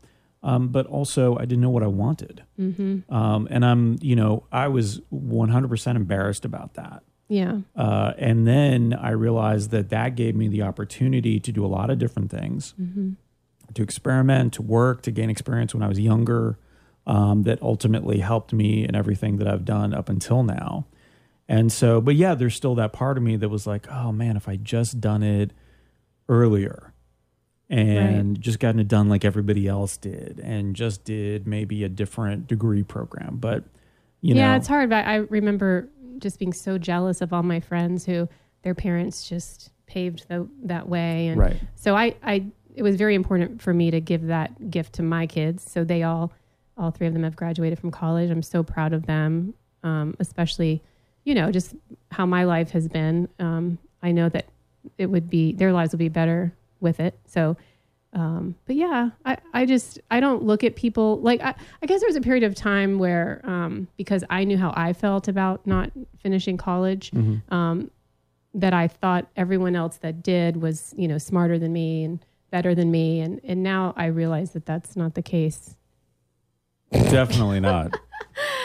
S2: um, but also I didn't know what I wanted, mm-hmm. um, and I'm you know I was 100 percent embarrassed about that.
S3: Yeah.
S2: Uh, and then I realized that that gave me the opportunity to do a lot of different things,
S3: Mm-hmm.
S2: to experiment, to work, to gain experience when I was younger. Um, that ultimately helped me in everything that I've done up until now. And so, but yeah, there's still that part of me that was like, oh man, if I just done it earlier and just gotten it done like everybody else did and just did maybe a different degree program. But, you
S3: yeah,
S2: know,
S3: it's hard. But I remember just being so jealous of all my friends who their parents just paved the, that way. And
S2: Right.
S3: so I, I, it was very important for me to give that gift to my kids. So they all, all three of them have graduated from college. I'm so proud of them, um, especially, you know, just how my life has been. Um, I know that it would be, their lives would be better with it. So, um, but yeah, I, I just I don't look at people like I, I guess there was a period of time where um, because I knew how I felt about not finishing college, um, that I thought everyone else that did was you know smarter than me and better than me, and and now I realize that that's not the case.
S2: Definitely not.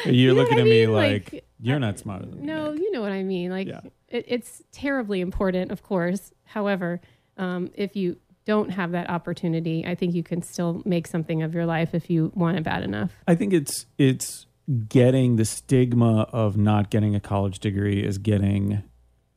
S2: You're
S3: know
S2: looking
S3: what
S2: at
S3: I
S2: me
S3: mean?
S2: like,
S3: Like,
S2: you're not smarter than me.
S3: No,
S2: Nick."
S3: you know what I mean. Like
S2: Yeah.
S3: it, it's terribly important, of course. However, um, if you don't have that opportunity, I think you can still make something of your life if you want it bad enough.
S2: I think it's it's getting the stigma of not getting a college degree is getting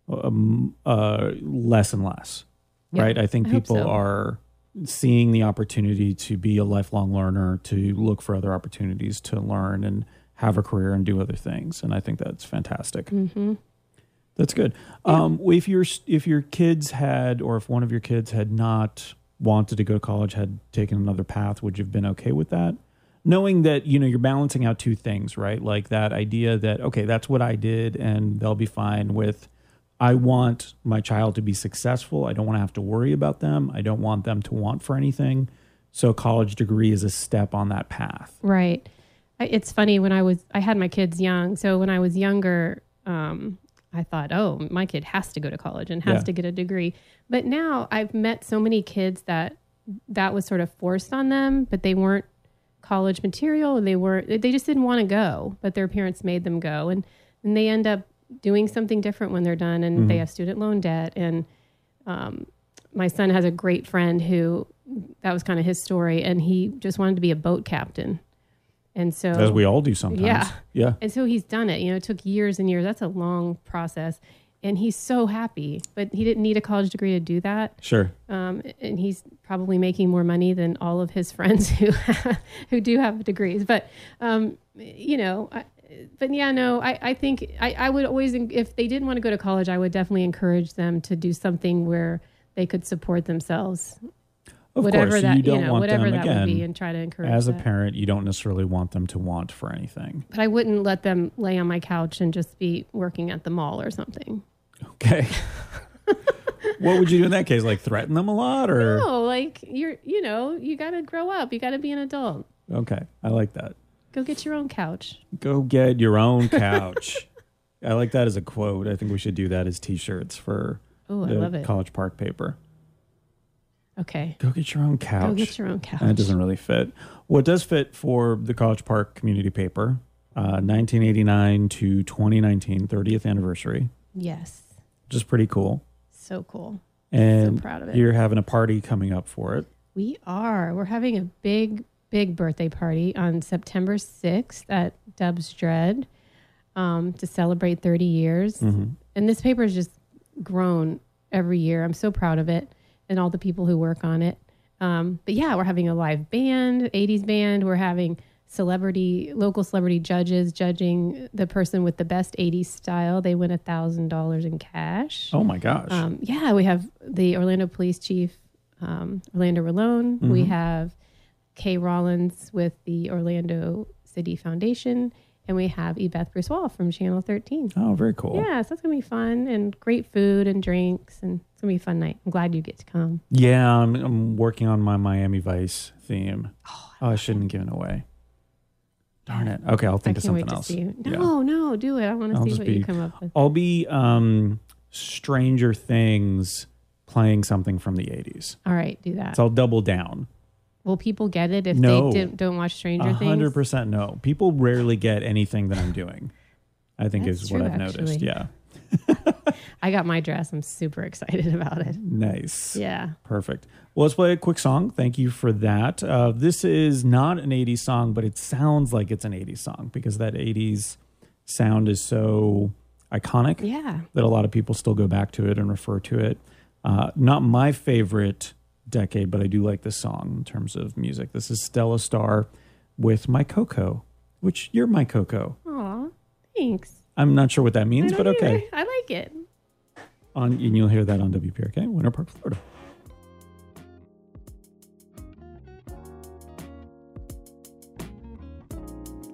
S2: um, uh, less and less,
S3: Yeah,
S2: right? I think
S3: I hope
S2: people
S3: so.
S2: are seeing the opportunity to be a lifelong learner, to look for other opportunities to learn and have a career and do other things, and I think that's fantastic.
S3: Mm-hmm.
S2: That's good. Um, if your if your kids had, or if one of your kids had not wanted to go to college, had taken another path, would you have been okay with that? Knowing that you know you're balancing out two things, right? Like that idea that okay, that's what I did, and they'll be fine with. I want my child to be successful. I don't want to have to worry about them. I don't want them to want for anything. So, a college degree is a step on that path.
S3: Right. I- It's funny when I was I had my kids young. So when I was younger, um, I thought, oh, my kid has to go to college and has
S2: Yeah.
S3: to get a degree. But now I've met so many kids that that was sort of forced on them, but they weren't college material and they were they just didn't want to go, but their parents made them go and and they end up doing something different when they're done and they have student loan debt. And um, my son has a great friend who that was kind of his story, and he just wanted to be a boat captain. And so,
S2: as we all do sometimes.
S3: Oh. Yeah.
S2: Yeah.
S3: and so he's done it. You know, it took years and years. That's a long process. And he's so happy, but he didn't need a college degree to do that
S2: Sure.
S3: um, and he's probably making more money than all of his friends who who do have degrees. But um, you know, I, but yeah, no, I, I think I, I would always if they didn't want to go to college, I would definitely encourage them to do something where they could support themselves,
S2: Of
S3: whatever
S2: course,
S3: that
S2: you don't
S3: know,
S2: want
S3: whatever
S2: them
S3: that
S2: again.
S3: would be, and try to encourage
S2: as a
S3: that.
S2: parent, you don't necessarily want them to want for anything.
S3: But I wouldn't let them lay on my couch and just be working at the mall or something.
S2: Okay. what would you do in that case? Like threaten them a lot or
S3: No, like you're, you know, you got to grow up. You got to be an adult.
S2: Okay. I like that.
S3: Go get your own couch.
S2: Go get your own couch. I like that as a quote. I think we should do that as t-shirts for
S3: Oh, I
S2: the
S3: love it.
S2: College Park paper.
S3: Okay.
S2: Go get your own couch.
S3: Go get your own couch.
S2: That doesn't really fit. What does fit for the College Park community paper, uh, 1989 to 2019, 30th anniversary,
S3: Yes.
S2: which is pretty cool.
S3: So cool.
S2: And
S3: proud of it.
S2: you're having a party coming up for it.
S3: We are. We're having a big, big birthday party on September 6th at Dub's Dread um, to celebrate 30 years.
S2: Mm-hmm.
S3: And this paper has just grown every year. I'm so proud of it and all the people who work on it. Um, but yeah, we're having a live band, 80s band. We're having celebrity, local celebrity judges judging the person with the best 80s style. They win $1,000 in cash.
S2: Oh my gosh.
S3: Um, yeah, we have the Orlando Police Chief, um, Orlando Rolone. We
S2: Mm-hmm.
S3: have Kay Rollins with the Orlando City Foundation, and we have Ebeth Bruce Wall from Channel 13.
S2: oh, very cool.
S3: Yeah, so it's gonna be fun and great food and drinks, and it's gonna be a fun night. I'm glad you get to come.
S2: Yeah, I'm, I'm working on my Miami Vice theme. Oh, I, shouldn't give it away. Darn it. Okay, I'll think
S3: I
S2: of
S3: can't
S2: something
S3: wait to
S2: else.
S3: see you.
S2: Yeah.
S3: No, no, do it. I want
S2: I'll
S3: to see
S2: just
S3: what
S2: be-
S3: you come up with.
S2: I'll be um, Stranger Things playing something from the 80s.
S3: All right, do that.
S2: So I'll double down.
S3: Will people get it if
S2: No.
S3: they didn't, don't watch Stranger
S2: hundred
S3: Things?
S2: percent no. People rarely get anything that I'm doing. I think
S3: That's
S2: is what
S3: true,
S2: I've noticed.
S3: actually.
S2: Yeah.
S3: I got my dress. I'm super excited about it.
S2: Nice.
S3: Yeah.
S2: Perfect. Well, let's play a quick song. Thank you for that. Uh, this is not an 80s song, but it sounds like it's an 80s song because that 80s sound is so iconic
S3: Yeah.
S2: that a lot of people still go back to it and refer to it. Uh, not my favorite decade, but I do like this song in terms of music. This is Stella Star with My Coco, which you're my Coco.
S3: Aw, thanks.
S2: I'm not sure what that means,
S3: I
S2: but
S3: don't
S2: okay.
S3: either. I like it.
S2: On and you'll hear that on WPRK, Winter Park, Florida.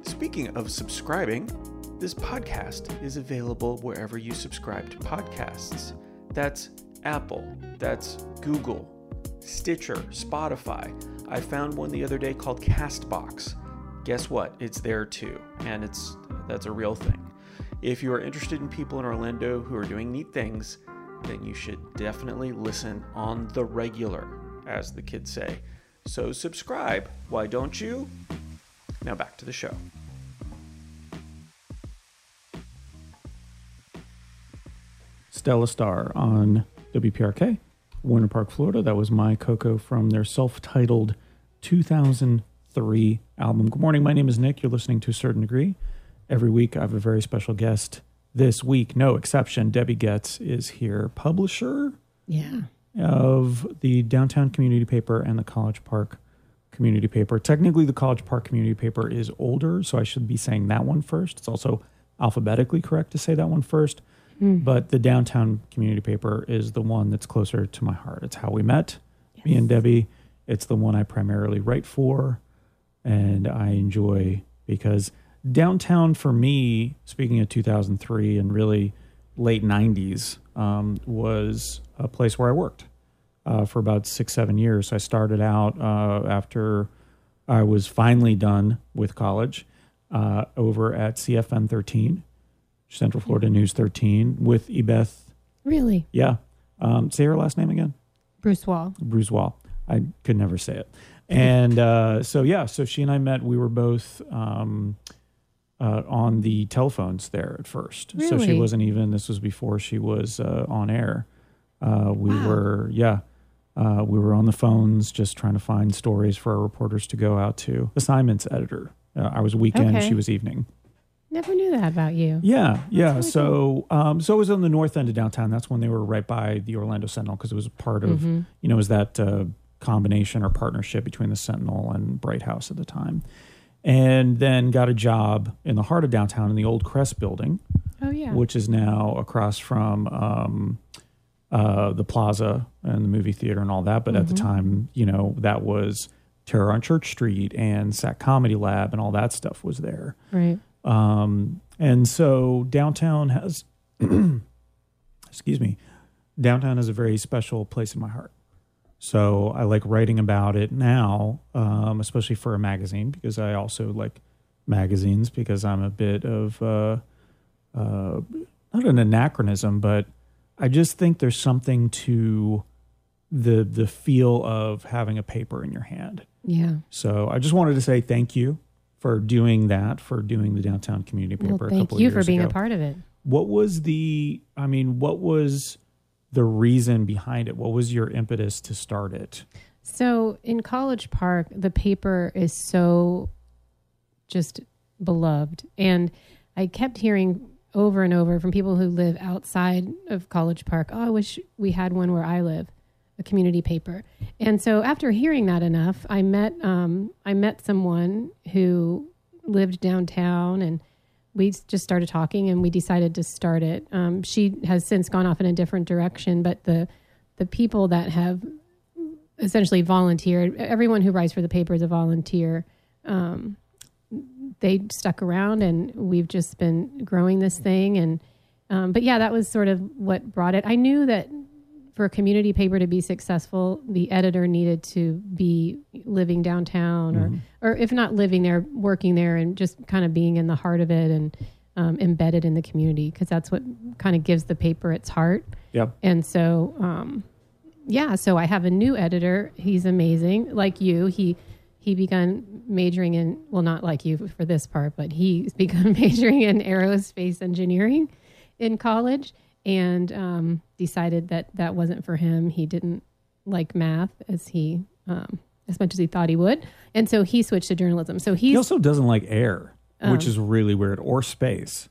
S4: Speaking of subscribing, this podcast is available wherever you subscribe to podcasts. That's Apple, that's Google, Stitcher, Spotify. I found one the other day called Castbox. Guess what? It's there too, and it's that's a real thing. If you are interested in people in Orlando who are doing neat things, then you should definitely listen on the regular, as the kids say. So subscribe. Why don't you? Now back to the show.
S2: Stella Star on WPRK, Winter Park, Florida. That was my Coco from their self titled 2003 album. Good morning. My name is Nick. You're listening to a certain degree. Every week, I have a very special guest. This week, no exception, Debbie Getz is here, publisher
S3: Yeah.
S2: of the Downtown Community Paper and the College Park Community Paper. Technically, the College Park Community Paper is older, so I should be saying that one first. It's also alphabetically correct to say that one first. But the Downtown Community Paper is the one that's closer to my heart. It's how we met, me and Debbie. It's the one I primarily write for and I enjoy because downtown for me, speaking of 2003 and really late 90s, um, was a place where I worked uh, for about six, seven years. So I started out uh, after I was finally done with college uh, over at CFN 13, Central Florida News 13, with Ebeth.
S3: Really?
S2: Yeah. Um, say her last name again.
S3: Bruce Wall.
S2: Bruzois. I could never say it. And uh, so yeah, so she and I met. We were both um, uh, on the telephones there at first. So she
S3: Really?
S2: wasn't even. This was before she was uh, on air. Uh, we
S3: Wow.
S2: were yeah. Uh, we were on the phones just trying to find stories for our reporters to go out to. Assignments editor. Uh, I was weekend,
S3: Okay.
S2: she was evening.
S3: Never knew that about you.
S2: Yeah, yeah.
S3: really
S2: So, um, so it was on the north end of downtown. That's when they were right by the Orlando Sentinel because it was part of
S3: Mm-hmm.
S2: you know it was that uh, combination or partnership between the Sentinel and Bright House at the time, and then got a job in the heart of downtown in the old Crest Building,
S3: Oh yeah.
S2: which is now across from um, uh, the Plaza and the movie theater and all that. But at the
S3: Mm-hmm.
S2: time, you know that was Terror on Church Street and Sac Comedy Lab and all that stuff was there.
S3: right.
S2: Um, and so downtown has, excuse me, downtown has a very special place in my heart. So I like writing about it now, um, especially for a magazine because I also like magazines because I'm a bit of uh, uh, not an anachronism, but I just think there's something to the the feel of having a paper in your hand.
S3: Yeah.
S2: So I just wanted to say thank you for doing that, for doing the downtown community paper.
S3: Well,
S2: a
S3: thank
S2: couple
S3: you
S2: of
S3: for
S2: years
S3: being
S2: ago.
S3: a part of it.
S2: What was the? I mean, what was the reason behind it? What was your impetus to start it?
S3: So in College Park, the paper is so just beloved. And I kept hearing over and over from people who live outside of College Park, oh, I wish we had one where I live, a community paper. And so after hearing that enough, I met um, I met someone who lived downtown and we just started talking and we decided to start it. Um, she has since gone off in a different direction, but the the people that have essentially volunteered. Everyone who writes for the paper is a volunteer. Um, they stuck around, and we've just been growing this thing. And um, but yeah, that was sort of what brought it. I knew that for a community paper to be successful, the editor needed to be living downtown, or or if not living there, working there, and just kind of being in the heart of it and um, embedded in the community because that's what kind of gives the paper its heart.
S2: Yep.
S3: And so, um, yeah, so I have a new editor. He's amazing, like you. He he begun majoring in well, not like you for this part, but he's begun majoring in aerospace engineering in college, and um, decided that that wasn't for him. He didn't like math as he um, as much as he thought he would, and so he switched to journalism. So
S2: He
S3: he's
S2: also doesn't like air,
S3: Oh.
S2: which is really weird, or space.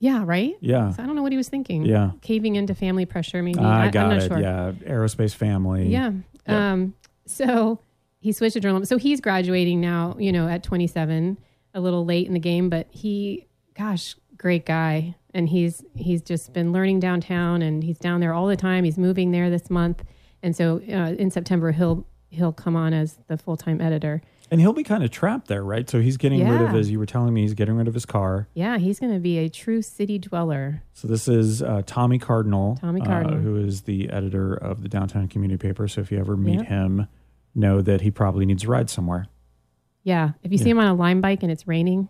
S3: yeah, right.
S2: Yeah.
S3: So I don't know what he was thinking.
S2: Yeah.
S3: caving into family pressure. Maybe I,
S2: I
S3: I'm
S2: got
S3: not
S2: it.
S3: sure.
S2: Yeah, aerospace family.
S3: Yeah.
S2: Yeah.
S3: Um, so he switched to journalism. So he's graduating now, you know, at 27, a little late in the game, but he, gosh, great guy. And he's he's just been learning downtown, and he's down there all the time. He's moving there this month, and so uh, in September he'll he'll come on as the full time editor.
S2: and he'll be kind of trapped there, right? So he's getting rid of,
S3: Yeah.
S2: as you were telling me, he's getting rid of his car.
S3: Yeah, he's going to be a true city dweller.
S2: So this is uh, Tommy Cardinal,
S3: Tommy
S2: uh,
S3: Cardinal.
S2: who is the editor of the Downtown Community Paper. So if you ever meet
S3: Yep.
S2: him, know that he probably needs a ride somewhere.
S3: Yeah, if you see
S2: Yeah.
S3: him on a line bike and it's raining,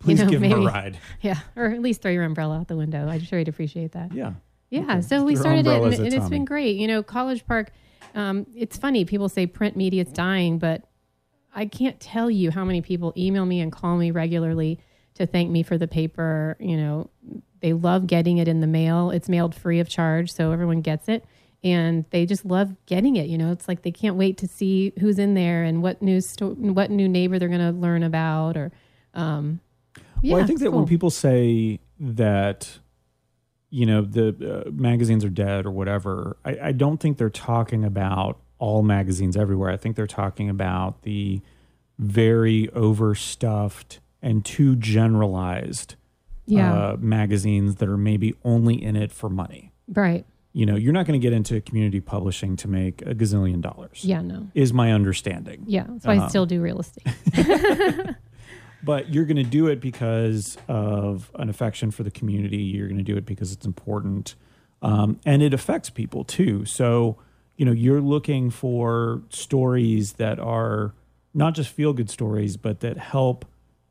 S2: Please
S3: know,
S2: give him a
S3: maybe-
S2: ride.
S3: yeah, or at least throw your umbrella out the window. I'm sure he'd appreciate that.
S2: Yeah,
S3: Yeah,
S2: Okay.
S3: so we
S2: Your
S3: started it, and,
S2: umbrellas at
S3: and it's
S2: Tommy.
S3: been great. You know, College Park. Um, it's funny people say print media is dying, but I can't tell you how many people email me and call me regularly to thank me for the paper. You know, they love getting it in the mail. It's mailed free of charge, so everyone gets it, and they just love getting it. You know, it's like they can't wait to see who's in there and what news, sto- what new neighbor they're going to learn about, or. Um, yeah,
S2: well, I think
S3: it's
S2: that when
S3: cool.
S2: people say that, you know, the uh, magazines are dead or whatever, I, I don't think they're talking about all magazines everywhere. I think they're talking about the very overstuffed and too generalized
S3: yeah,
S2: uh, magazines that are maybe only in it for money.
S3: right,
S2: You know, you're not going to get into community publishing to make a gazillion dollars.
S3: yeah, no,
S2: Is my understanding.
S3: yeah. That's why
S2: Uh-huh.
S3: I still do real estate.
S2: but you're going to do it because of an affection for the community. You're going to do it because it's important, um, and it affects people too. So, you know, you're looking for stories that are not just feel good stories, but that help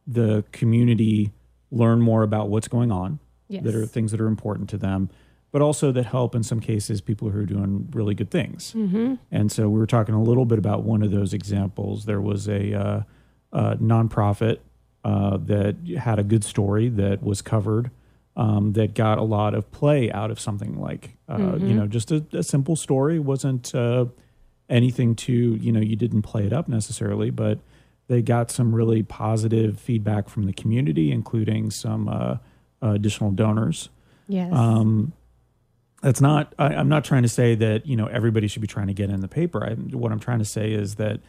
S2: the community learn more about what's going on.
S3: Yes.
S2: That are things that are important to them, but also that help in some cases people who are doing really good things. And so we were talking a little bit about one of those examples. There was a, uh, uh, nonprofit uh, that had a good story that was covered um, that got a lot of play out of something like uh, you know just a, a simple story wasn't uh, anything too you know you didn't play it up necessarily but they got some really positive feedback from the community including some uh, additional donors
S3: Yes.
S2: um, that's not. I, I'm not trying to say that you know everybody should be trying to get in the paper. I, what I'm trying to say is that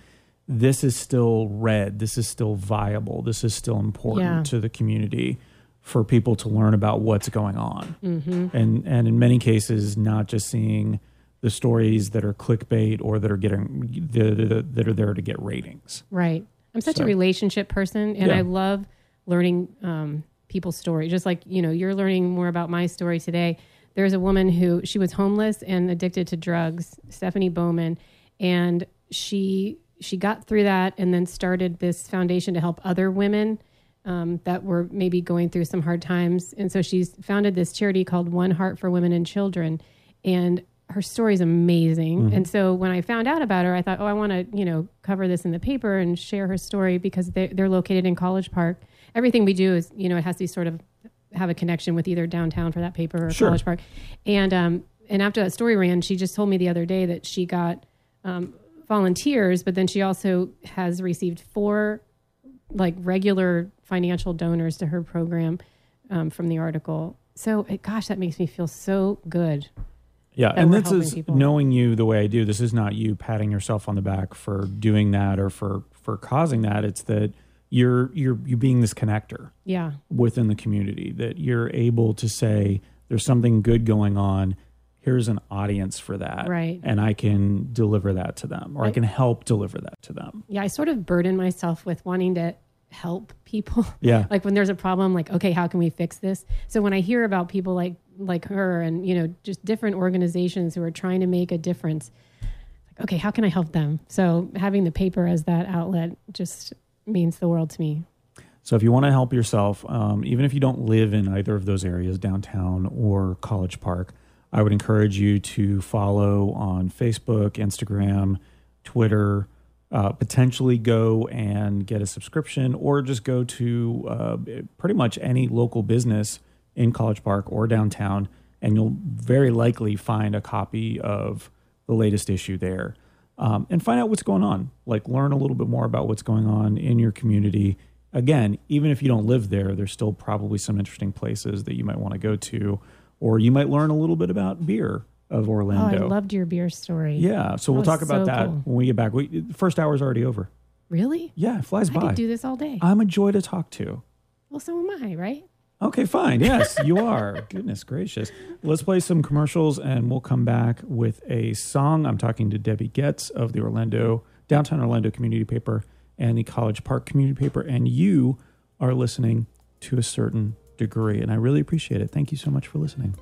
S2: this is still read. This is still viable. This is still important
S3: Yeah.
S2: to the community for people to learn about what's going on.
S3: mm-hmm.
S2: And and in many cases, not just seeing the stories that are clickbait or that are getting that, that are there to get ratings.
S3: Right. I'm such
S2: So-
S3: a relationship person, and
S2: Yeah.
S3: I love learning um, people's stories. Just like you know, you're learning more about my story today. There's a woman who she was homeless and addicted to drugs, Stephanie Bowman, and she she got through that and then started this foundation to help other women um, that were maybe going through some hard times. And so she's founded this charity called One Heart for Women and Children. And her story is amazing. And so when I found out about her, I thought, oh, I want to, you know, cover this in the paper and share her story because they, they're located in College Park. Everything we do is, you know, it has to be sort of have a connection with either downtown for that paper or
S2: Sure.
S3: College Park. And, um, and after that story ran, she just told me the other day that she got um, volunteers, but then she also has received four like regular financial donors to her program um, from the article. So, it, gosh, that makes me feel so good.
S2: Yeah,
S3: that
S2: and
S3: we're
S2: this
S3: helping
S2: is
S3: people.
S2: knowing you the way I do. This is not you patting yourself on the back for doing that or for for causing that. It's that you're you're you being this connector
S3: Yeah,
S2: within the community that you're able to say there's something good going on. Here's an audience for that,
S3: Right.
S2: And I can deliver that to them, or I can help deliver that to them.
S3: yeah. I sort of burden myself with wanting to help people.
S2: Yeah,
S3: like when there's a problem, like okay, how can we fix this? So when I hear about people like like her and you know just different organizations who are trying to make a difference, like okay, how can I help them? So having the paper as that outlet just means the world to me.
S2: So if you want to help yourself, um, even if you don't live in either of those areas, downtown or College Park, I would encourage you to follow on Facebook, Instagram, Twitter. Uh, potentially go and get a subscription, or just go to uh, pretty much any local business in College Park or downtown, and you'll very likely find a copy of the latest issue there um, and find out what's going on. Like, learn a little bit more about what's going on in your community. Again, even if you don't live there, there's still probably some interesting places that you might want to go to, or you might learn a little bit about beer of Orlando.
S3: Oh, I loved your beer story.
S2: yeah, so we'll
S3: was
S2: talk about
S3: so
S2: that
S3: cool.
S2: when we get back. We, the first hour's already over.
S3: Really?
S2: Yeah, it flies
S3: I
S2: by. Uh,
S3: could do this all day.
S2: I'm a joy to talk to.
S3: well, so am I, right?
S2: Okay, fine. Yes, you are. Goodness gracious. Let's play some commercials and we'll come back with a song. I'm talking to Debbie Getz of the Orlando, Downtown Orlando Community Paper and the College Park Community Paper. And you are listening to a certain degree. And I really appreciate it. Thank you so much for listening.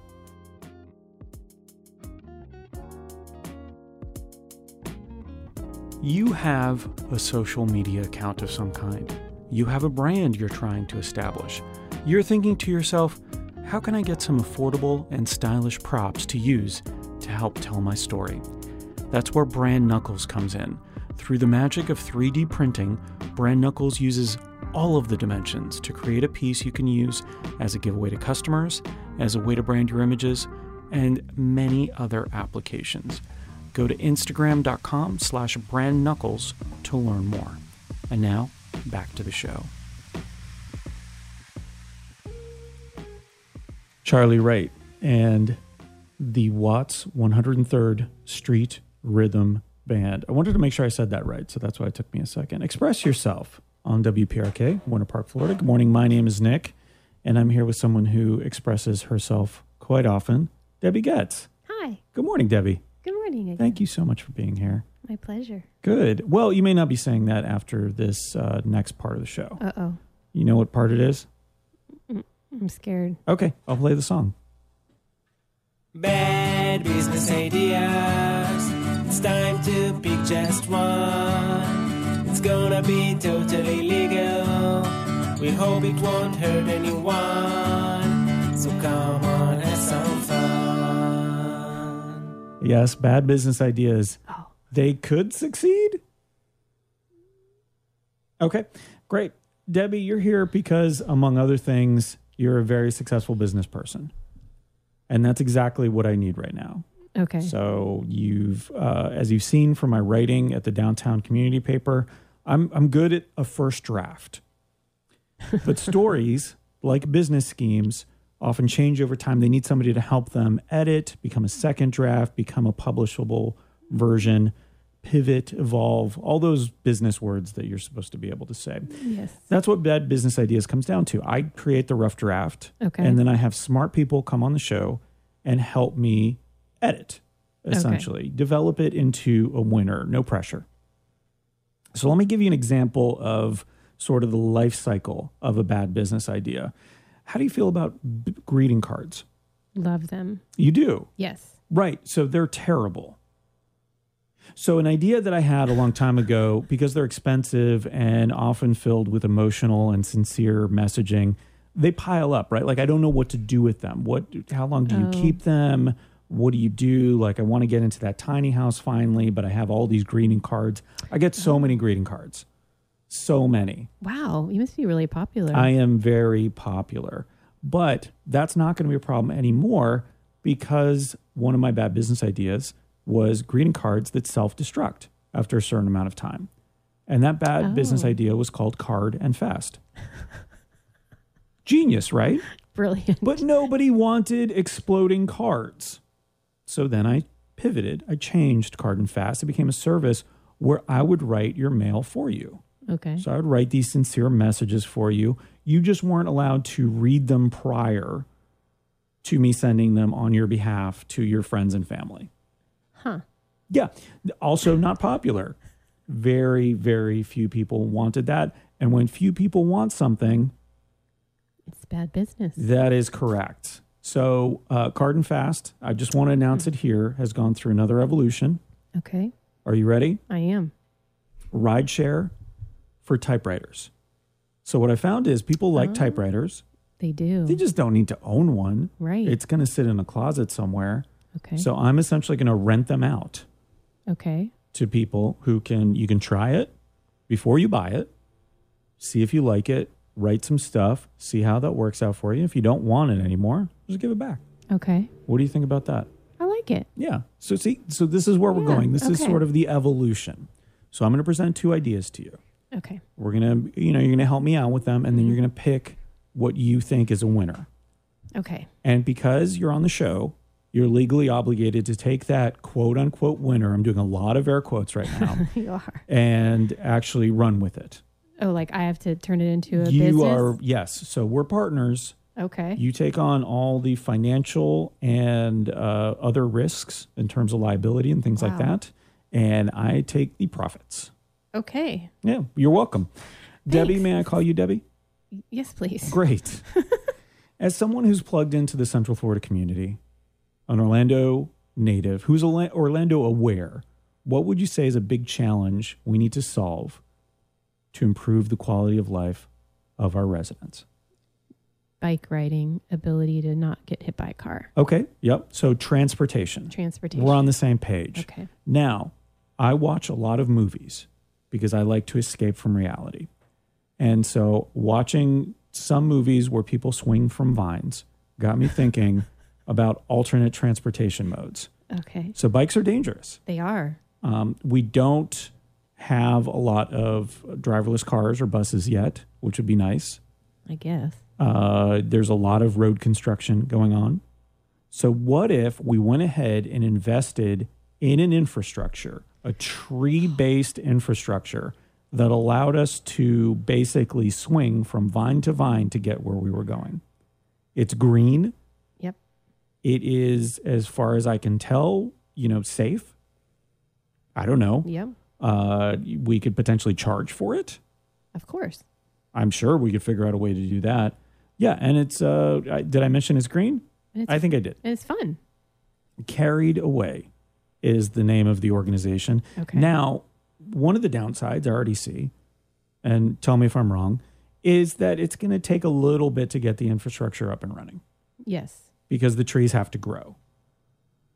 S4: You have a social media account of some kind. You have a brand you're trying to establish. You're thinking to yourself, how can I get some affordable and stylish props to use to help tell my story? That's where Brand Knuckles comes in. Through the magic of 3D printing, Brand Knuckles uses all of the dimensions to create a piece you can use as a giveaway to customers, as a way to brand your images, and many other applications. Go to instagram.com slash brand knuckles to learn more. And now, back to the show.
S2: Charlie Wright and the Watts 103rd Street Rhythm Band. I wanted to make sure I said that right, so that's why it took me a second. Express yourself on WPRK, Winter Park, Florida. Good morning. My name is Nick, and I'm here with someone who expresses herself quite often, Debbie Getz.
S6: Hi.
S2: Good morning, Debbie.
S6: Good morning. Again.
S2: Thank you so much for being here.
S6: My pleasure.
S2: Good. Well, you may not be saying that after this uh, next part of the show.
S6: Uh oh.
S2: You know what part it is?
S3: I'm scared.
S2: Okay, I'll play the song.
S7: Bad business ideas. It's time to pick just one. It's gonna be totally legal. We hope it won't hurt anyone. So come on, have some fun.
S2: Yes, bad business ideas. They could succeed. Okay, great. Debbie, you're here because, among other things, you're a very successful business person. And that's exactly what I need right now.
S3: Okay.
S2: So you've, uh, as you've seen from my writing at the downtown community paper, I'm I'm good at a first draft, but stories like business schemes often change over time. They need somebody to help them edit, become a second draft, become a publishable version, pivot, evolve, all those business words that you're supposed to be able to say.
S3: Yes.
S2: That's what bad business ideas comes down to. I create the rough draft,
S3: Okay.
S2: and then I have smart people come on the show and help me edit, essentially develop it into a winner. No pressure. So let me give you an example of sort of the life cycle of a bad business idea. How do you feel about b- greeting cards?
S3: Love them.
S2: You do.
S3: Yes.
S2: Right. So they're terrible. So, an idea that I had a long time ago, because they're expensive and often filled with emotional and sincere messaging, they pile up, right? Like, I don't know what to do with them. What, how long do you
S3: Oh.
S2: keep them? What do you do? Like, I want to get into that tiny house finally, but I have all these greeting cards. I get so many greeting cards, so many.
S3: Wow. You must be really popular.
S2: I am very popular. But that's not going to be a problem anymore because one of my bad business ideas was greeting cards that self destruct after a certain amount of time. And that bad business
S3: Oh.
S2: idea was called Card and Fast. Genius, right?
S3: Brilliant.
S2: But nobody wanted exploding cards. So then I pivoted. I changed Card and Fast. It became a service where I would write your mail for you.
S3: Okay.
S2: So I would write these sincere messages for you. You just weren't allowed to read them prior to me sending them on your behalf to your friends and family.
S3: Huh.
S2: Yeah. Also, not popular. Very, very few people wanted that. And when few people want something,
S3: It's bad business.
S2: that is correct. So, uh, Card and Fast, I just want to announce it here, has gone through another evolution.
S3: Okay.
S2: Are you ready?
S3: I am.
S2: Rideshare for typewriters. So, what I found is people like typewriters.
S3: They do.
S2: They just don't need to own one.
S3: right.
S2: It's going to sit in a closet somewhere.
S3: okay.
S2: So I'm essentially going to rent them out
S3: okay.
S2: to people who can you can try it before you buy it. See if you like it, write some stuff, see how that works out for you. If you don't want it anymore, just give it back.
S3: Okay.
S2: What do you think about that?
S3: I like it.
S2: Yeah. So see, so this is where we're
S3: Yeah,
S2: going. This is
S3: okay.
S2: sort of the evolution. So I'm going to present two ideas to you.
S3: Okay.
S2: We're going to, you know, you're going to help me out with them and then you're going
S3: Mm-hmm.
S2: to pick what you think is a winner.
S3: Okay.
S2: And because you're on the show, you're legally obligated to take that quote unquote winner. I'm doing a lot of air quotes right now
S3: you are.
S2: and actually run with it.
S3: Oh, like I have to turn it into a
S2: you
S3: business.
S2: are, yes. So we're partners.
S3: Okay.
S2: You take on all the financial and uh, other risks in terms of liability and things like
S3: Wow.
S2: that. And I take the profits.
S3: okay.
S2: Yeah, you're welcome. Debbie, may I call you Debbie?
S3: Yes, please.
S2: Great. As someone who's plugged into the Central Florida community, an Orlando native who's Orla- Orlando aware, what would you say is a big challenge we need to solve to improve the quality of life of our residents?
S3: Bike riding ability to not get hit by a car.
S2: Okay. Yep. So transportation.
S3: Transportation.
S2: We're on the same page.
S3: Okay.
S2: Now, I watch a lot of movies because I like to escape from reality. And so, watching some movies where people swing from vines got me thinking about alternate transportation modes.
S3: Okay.
S2: So, bikes are dangerous.
S3: They are.
S2: Um, we don't have a lot of driverless cars or buses yet, which would be nice.
S3: I guess.
S2: Uh, there's a lot of road construction going on. So, what if we went ahead and invested in an infrastructure, a tree based infrastructure that allowed us to basically swing from vine to vine to get where we were going? It's green.
S3: Yep.
S2: It is, as far as I can tell, you know, safe. I don't know.
S3: Yep.
S2: Uh, we could potentially charge for it.
S3: Of course.
S2: I'm sure we could figure out a way to do that. Yeah, and it's uh, I, did I mention it's green?
S3: And it's,
S2: I think I did.
S3: and it's fun.
S2: Carried Away is the name of the organization.
S3: Okay.
S2: Now, one of the downsides I already see, and tell me if I'm wrong, is that it's going to take a little bit to get the infrastructure up and running
S3: Yes.
S2: because the trees have to grow.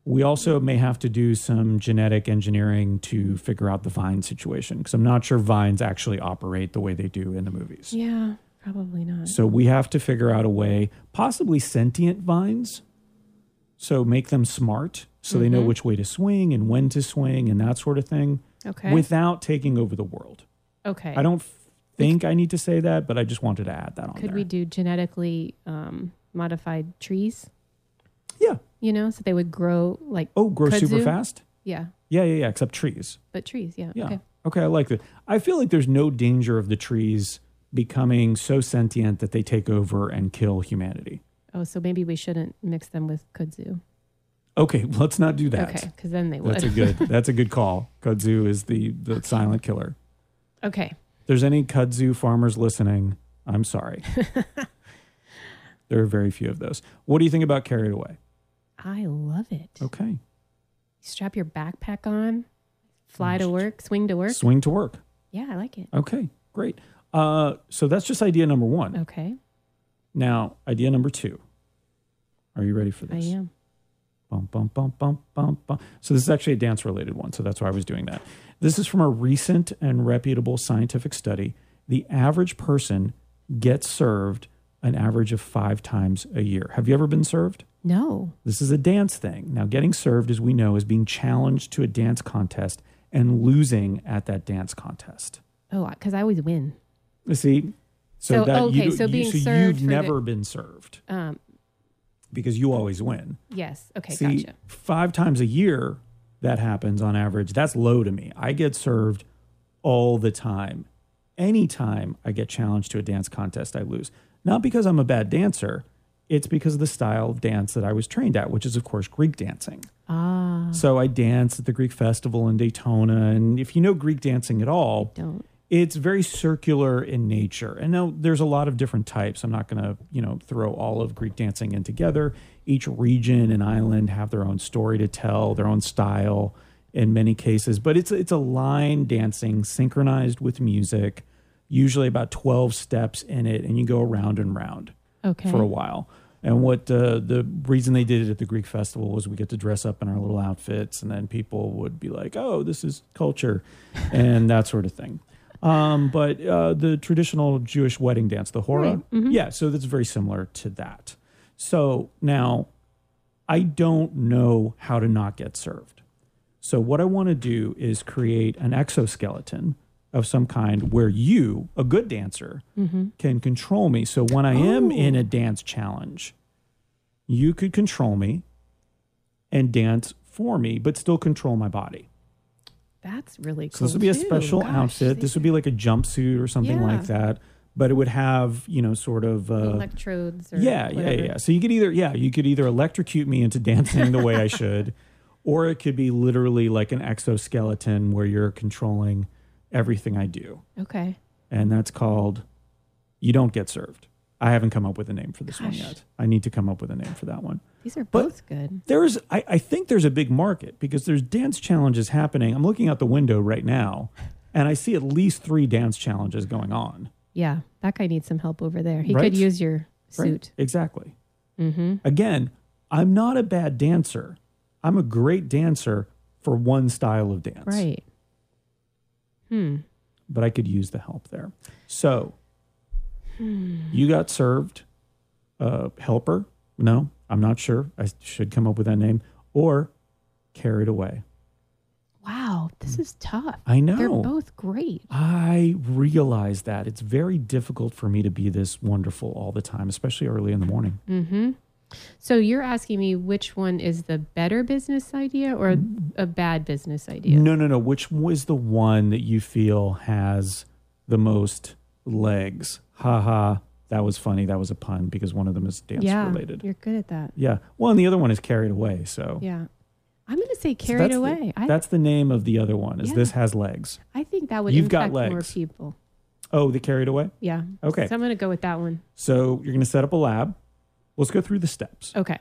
S2: We also may have to do some genetic engineering to figure out the vine situation because I'm not sure vines actually operate the way they do in the movies.
S3: Yeah, probably not.
S2: So we have to figure out a way, possibly sentient vines. So make them smart so they
S3: Mm-hmm.
S2: know which way to swing and when to swing and that sort of thing
S3: Okay.
S2: without taking over the world.
S3: okay.
S2: I don't f- think I need to say that, but I just wanted to add that on
S3: Could
S2: there.
S3: we do genetically um, modified trees?
S2: yeah.
S3: You know, so they would grow like
S2: Oh, grow super
S3: Kudzu?
S2: fast?
S3: yeah,
S2: Yeah, yeah, yeah, except trees.
S3: but trees. Yeah.
S2: Yeah.
S3: Okay.
S2: Okay. I like that. I feel like there's no danger of the trees becoming so sentient that they take over and kill humanity.
S3: Oh, so maybe we shouldn't mix them with kudzu.
S2: Okay, let's not do that.
S3: Okay, because then they would.
S2: That's a good that's a good call. Kudzu is the the silent killer.
S3: okay.
S2: If there's any kudzu farmers listening, I'm sorry. there are very few of those. What do you think about carried away?
S3: I love it.
S2: Okay.
S3: Strap your backpack on, fly to
S2: Just-
S3: work, swing to work.
S2: Swing to work.
S3: Yeah, I like it.
S2: Okay, great. Uh, so that's just idea number one.
S3: Okay,
S2: Now, idea number two. Are you ready for
S3: I
S2: this?
S3: am.
S2: Bum, bum, bum, bum, bum, bum. So this is actually a dance related one, so that's why I was doing that. This is from a recent and reputable scientific study. The average person gets served an average of five times a year. Have you ever been served?
S3: No.
S2: This is a dance thing. Now, getting served, as we know, is being challenged to a dance contest and losing at that dance contest.
S3: Oh, because I always win.
S2: You See,
S3: So,
S2: that
S3: okay,
S2: you, do-
S3: so
S2: you-
S3: being
S2: so
S3: served
S2: you've
S3: for the-
S2: never been served
S3: Um,
S2: because you always win.
S3: yes. Okay,
S2: See,
S3: gotcha.
S2: five times a year that happens on average. That's low to me. I get served all the time. Anytime I get challenged to a dance contest, I lose. Not because I'm a bad dancer, it's because of the style of dance that I was trained at, which is, of course, Greek dancing.
S3: Ah,
S2: So I danced at the Greek festival in Daytona. And if you know Greek dancing at all,
S3: don't.
S2: it's very circular in nature. And now there's a lot of different types. I'm not going to, you know, throw all of Greek dancing in together. Each region and island have their own story to tell, their own style in many cases, but it's it's a line dancing synchronized with music, usually about 12 steps in it and you go round and round
S3: Okay.
S2: for a while. And what uh, the reason they did it at the Greek festival was we get to dress up in our little outfits, and then people would be like, "Oh, this is culture," and that sort of thing. Um, but uh, the traditional Jewish wedding dance, the hora, yeah, so that's very similar to that. So now, I don't know how to not get served. So what I want to do is create an exoskeleton of some kind where you, a good dancer,
S3: Mm-hmm.
S2: can control me. So when I
S3: Oh.
S2: am in a dance challenge, you could control me and dance for me, but still control my body.
S3: That's really cool.
S2: So this would be a
S3: too.
S2: special
S3: Gosh,
S2: outfit.
S3: these
S2: This would be like a jumpsuit or something
S3: Yeah.
S2: like that, but it would have, you know, sort of uh,
S3: electrodes. Or
S2: yeah, yeah,
S3: whatever.
S2: yeah. So you could either yeah, you could either electrocute me into dancing the way I should, or it could be literally like an exoskeleton where you're controlling everything I do,
S3: Okay.
S2: and that's called you don't get served. I haven't come up with a name for this one
S3: Gosh.
S2: yet. I need to come up with a name for that one.
S3: These are
S2: But-
S3: both good.
S2: There's I, I think there's a big market because there's dance challenges happening. I'm looking out the window right now, and I see at least three dance challenges going on.
S3: Yeah, that guy needs some help over there. He
S2: Right?
S3: could use your
S2: Right?
S3: suit.
S2: Exactly.
S3: Mm-hmm.
S2: again, I'm not a bad dancer. I'm a great dancer for one style of dance.
S3: Right. Hmm.
S2: But I could use the help there. So you got served uh, helper? No, I'm not sure. I should come up with that name. Or carried away.
S3: Wow, this is tough.
S2: I know.
S3: They're both great.
S2: I realize that it's very difficult for me to be this wonderful all the time, especially early in the morning.
S3: Mm-hmm. So you're asking me which one is the better business idea or
S2: Mm.
S3: a bad business idea?
S2: No, no, no. Which was the one that you feel has the most legs? Ha ha. That was funny. That was a pun because one of them is dance
S3: yeah,
S2: related.
S3: you're good at that.
S2: Yeah. Well, and the other one is carried away. So,
S3: Yeah, I'm going to say
S2: So
S3: carried
S2: that's the-
S3: away. I
S2: that's the name of the other one. Is
S3: Yeah.
S2: this has legs?
S3: I think that would
S2: You've got
S3: impact more
S2: legs.
S3: people.
S2: Oh, the carried away.
S3: Yeah.
S2: Okay.
S3: So I'm going to go with that one.
S2: So you're going to set up a lab. Let's go through the steps.
S3: Okay.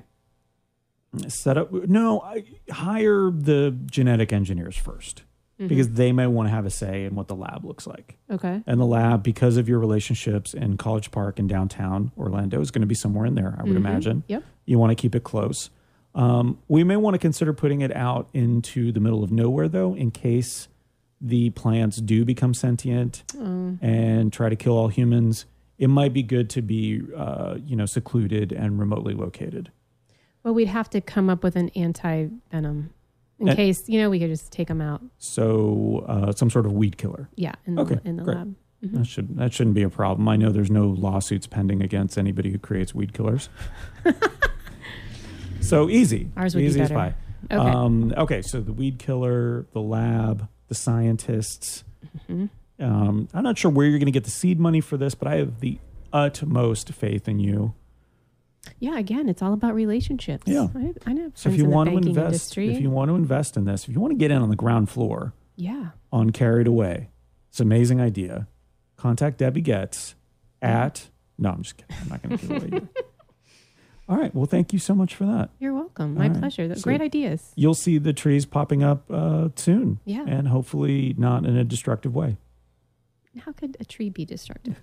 S2: Set up. No, I, hire the genetic engineers 1st
S3: Mm-hmm.
S2: because they may want to have a say in what the lab looks like.
S3: Okay.
S2: and the lab because of your relationships in College Park and downtown Orlando is going to be somewhere in there, I would imagine.
S3: Mm-hmm. Yep.
S2: You want to keep it close. Um, we may want to consider putting it out into the middle of nowhere, though, in case the plants do become sentient
S3: Um,
S2: and try to kill all humans. It might be good to be, uh, you know, secluded and remotely located.
S3: Well, we'd have to come up with an anti venom in
S2: And-
S3: case you know we could just take them out.
S2: So, uh, some sort of weed killer.
S3: Yeah, in the,
S2: Okay,
S3: in the
S2: great.
S3: lab. Mm-hmm.
S2: That should that shouldn't be a problem. I know there's no lawsuits pending against anybody who creates weed killers. so easy.
S3: Ours would be
S2: easy as
S3: better.
S2: pie.
S3: Okay.
S2: Um, okay. So the weed killer, the lab, the scientists.
S3: Mm-hmm.
S2: Um, I'm not sure where you're going to get the seed money for this, but I have the utmost faith in you.
S3: Yeah, again, it's all about relationships.
S2: Yeah.
S3: I, I know.
S2: So
S3: friends
S2: if you
S3: in the
S2: want to
S3: banking
S2: invest,
S3: industry.
S2: if you want to invest in this, if you want to get in on the ground floor
S3: yeah,
S2: on Carried Away, it's an amazing idea. Contact Debbie Getz at. No, I'm just kidding. I'm not going to give it away. yet. All right. Well, thank you so much for that.
S3: you're welcome.
S2: All
S3: My
S2: right.
S3: pleasure. That's
S2: So-
S3: great ideas.
S2: You'll see the trees popping up uh, soon.
S3: Yeah.
S2: And hopefully not in a destructive way.
S3: How could a tree be destructive?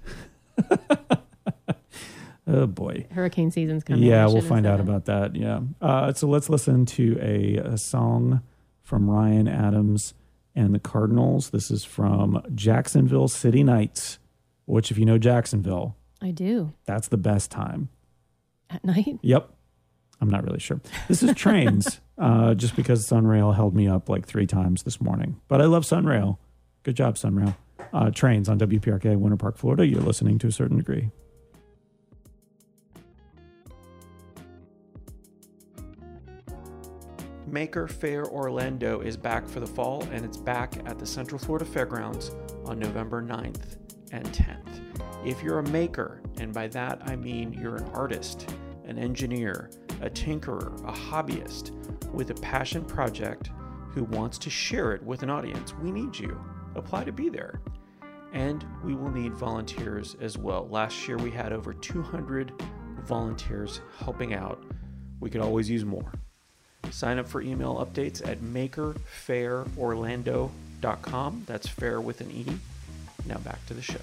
S2: Oh, boy.
S3: Hurricane season's coming. I
S2: yeah, we'll
S3: shouldn't have
S2: find
S3: said
S2: out
S3: that.
S2: about that. Yeah. Uh, so let's listen to a, a song from Ryan Adams and the Cardinals. This is from Jacksonville City Nights, which, if you know Jacksonville,
S3: I do
S2: that's the best time.
S3: at night.
S2: Yep. I'm not really sure. This is trains, uh, just because Sunrail held me up like three times this morning. But I love Sunrail. Good job, Sunrail. Uh, trains on WPRK, Winter Park, Florida. You're listening to a certain degree.
S4: Maker Fair Orlando is back for the fall and it's back at the Central Florida Fairgrounds on November 9th and 10th. If you're a maker, and by that I mean you're an artist, an engineer, a tinkerer, a hobbyist with a passion project who wants to share it with an audience, we need you. Apply to be there and we will need volunteers as well. Last year we had over 200 volunteers helping out. We could always use more. Sign up for email updates at makerfairorlando.com. That's fair with an E. Now back to the show.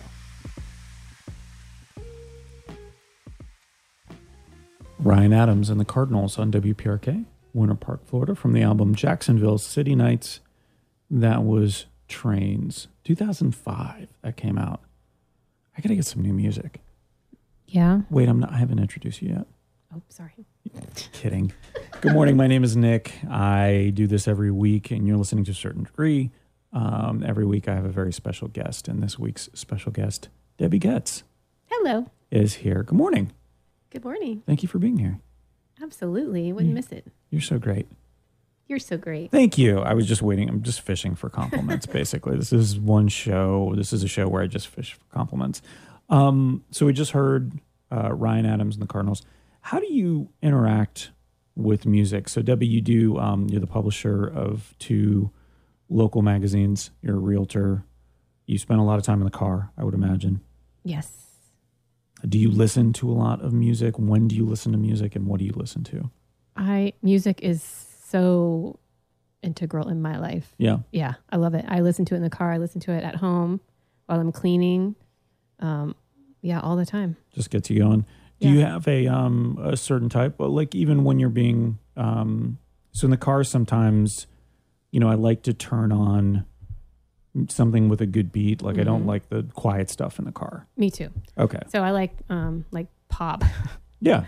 S2: Ryan Adams and the Cardinals on WPRK, Winter Park, Florida, from the album Jacksonville City Nights. That was Trains, 2005. That came out. I got to get some new music.
S3: Yeah.
S2: Wait, I'm not, I haven't introduced you yet.
S3: Oh, sorry.
S2: Kidding. Good morning. My name is Nick. I do this every week, and you're listening to a certain degree. Um, every week, I have a very special guest, and this week's special guest, Debbie Getz,
S3: Hello.
S2: is here. Good morning.
S3: Good morning.
S2: Thank you for being here.
S3: Absolutely,
S2: Mm.
S3: wouldn't miss it.
S2: You're so great.
S3: You're so great.
S2: Thank you. I was just waiting. I'm just fishing for compliments, basically. This is one show. This is a show where I just fish for compliments. Um, so we just heard uh, Ryan Adams and the Cardinals. How do you interact with music? So Debbie, you do. Um, you're the publisher of two local magazines. You're a realtor. You spend a lot of time in the car, I would imagine.
S3: Yes.
S2: Do you listen to a lot of music? When do you listen to music, and what do you listen to?
S3: I music is so integral in my life.
S2: Yeah.
S3: Yeah, I love it. I listen to it in the car. I listen to it at home while I'm cleaning. Um, yeah, all the time.
S2: just gets you going. Do
S3: Yeah.
S2: you have a um a certain type? Well, like even when you're being um so in the car sometimes, you know, I like to turn on something with a good beat. Like I
S3: Mm-hmm.
S2: don't like the quiet stuff in the car.
S3: Me too.
S2: Okay.
S3: So I like um, like pop,
S2: Yeah.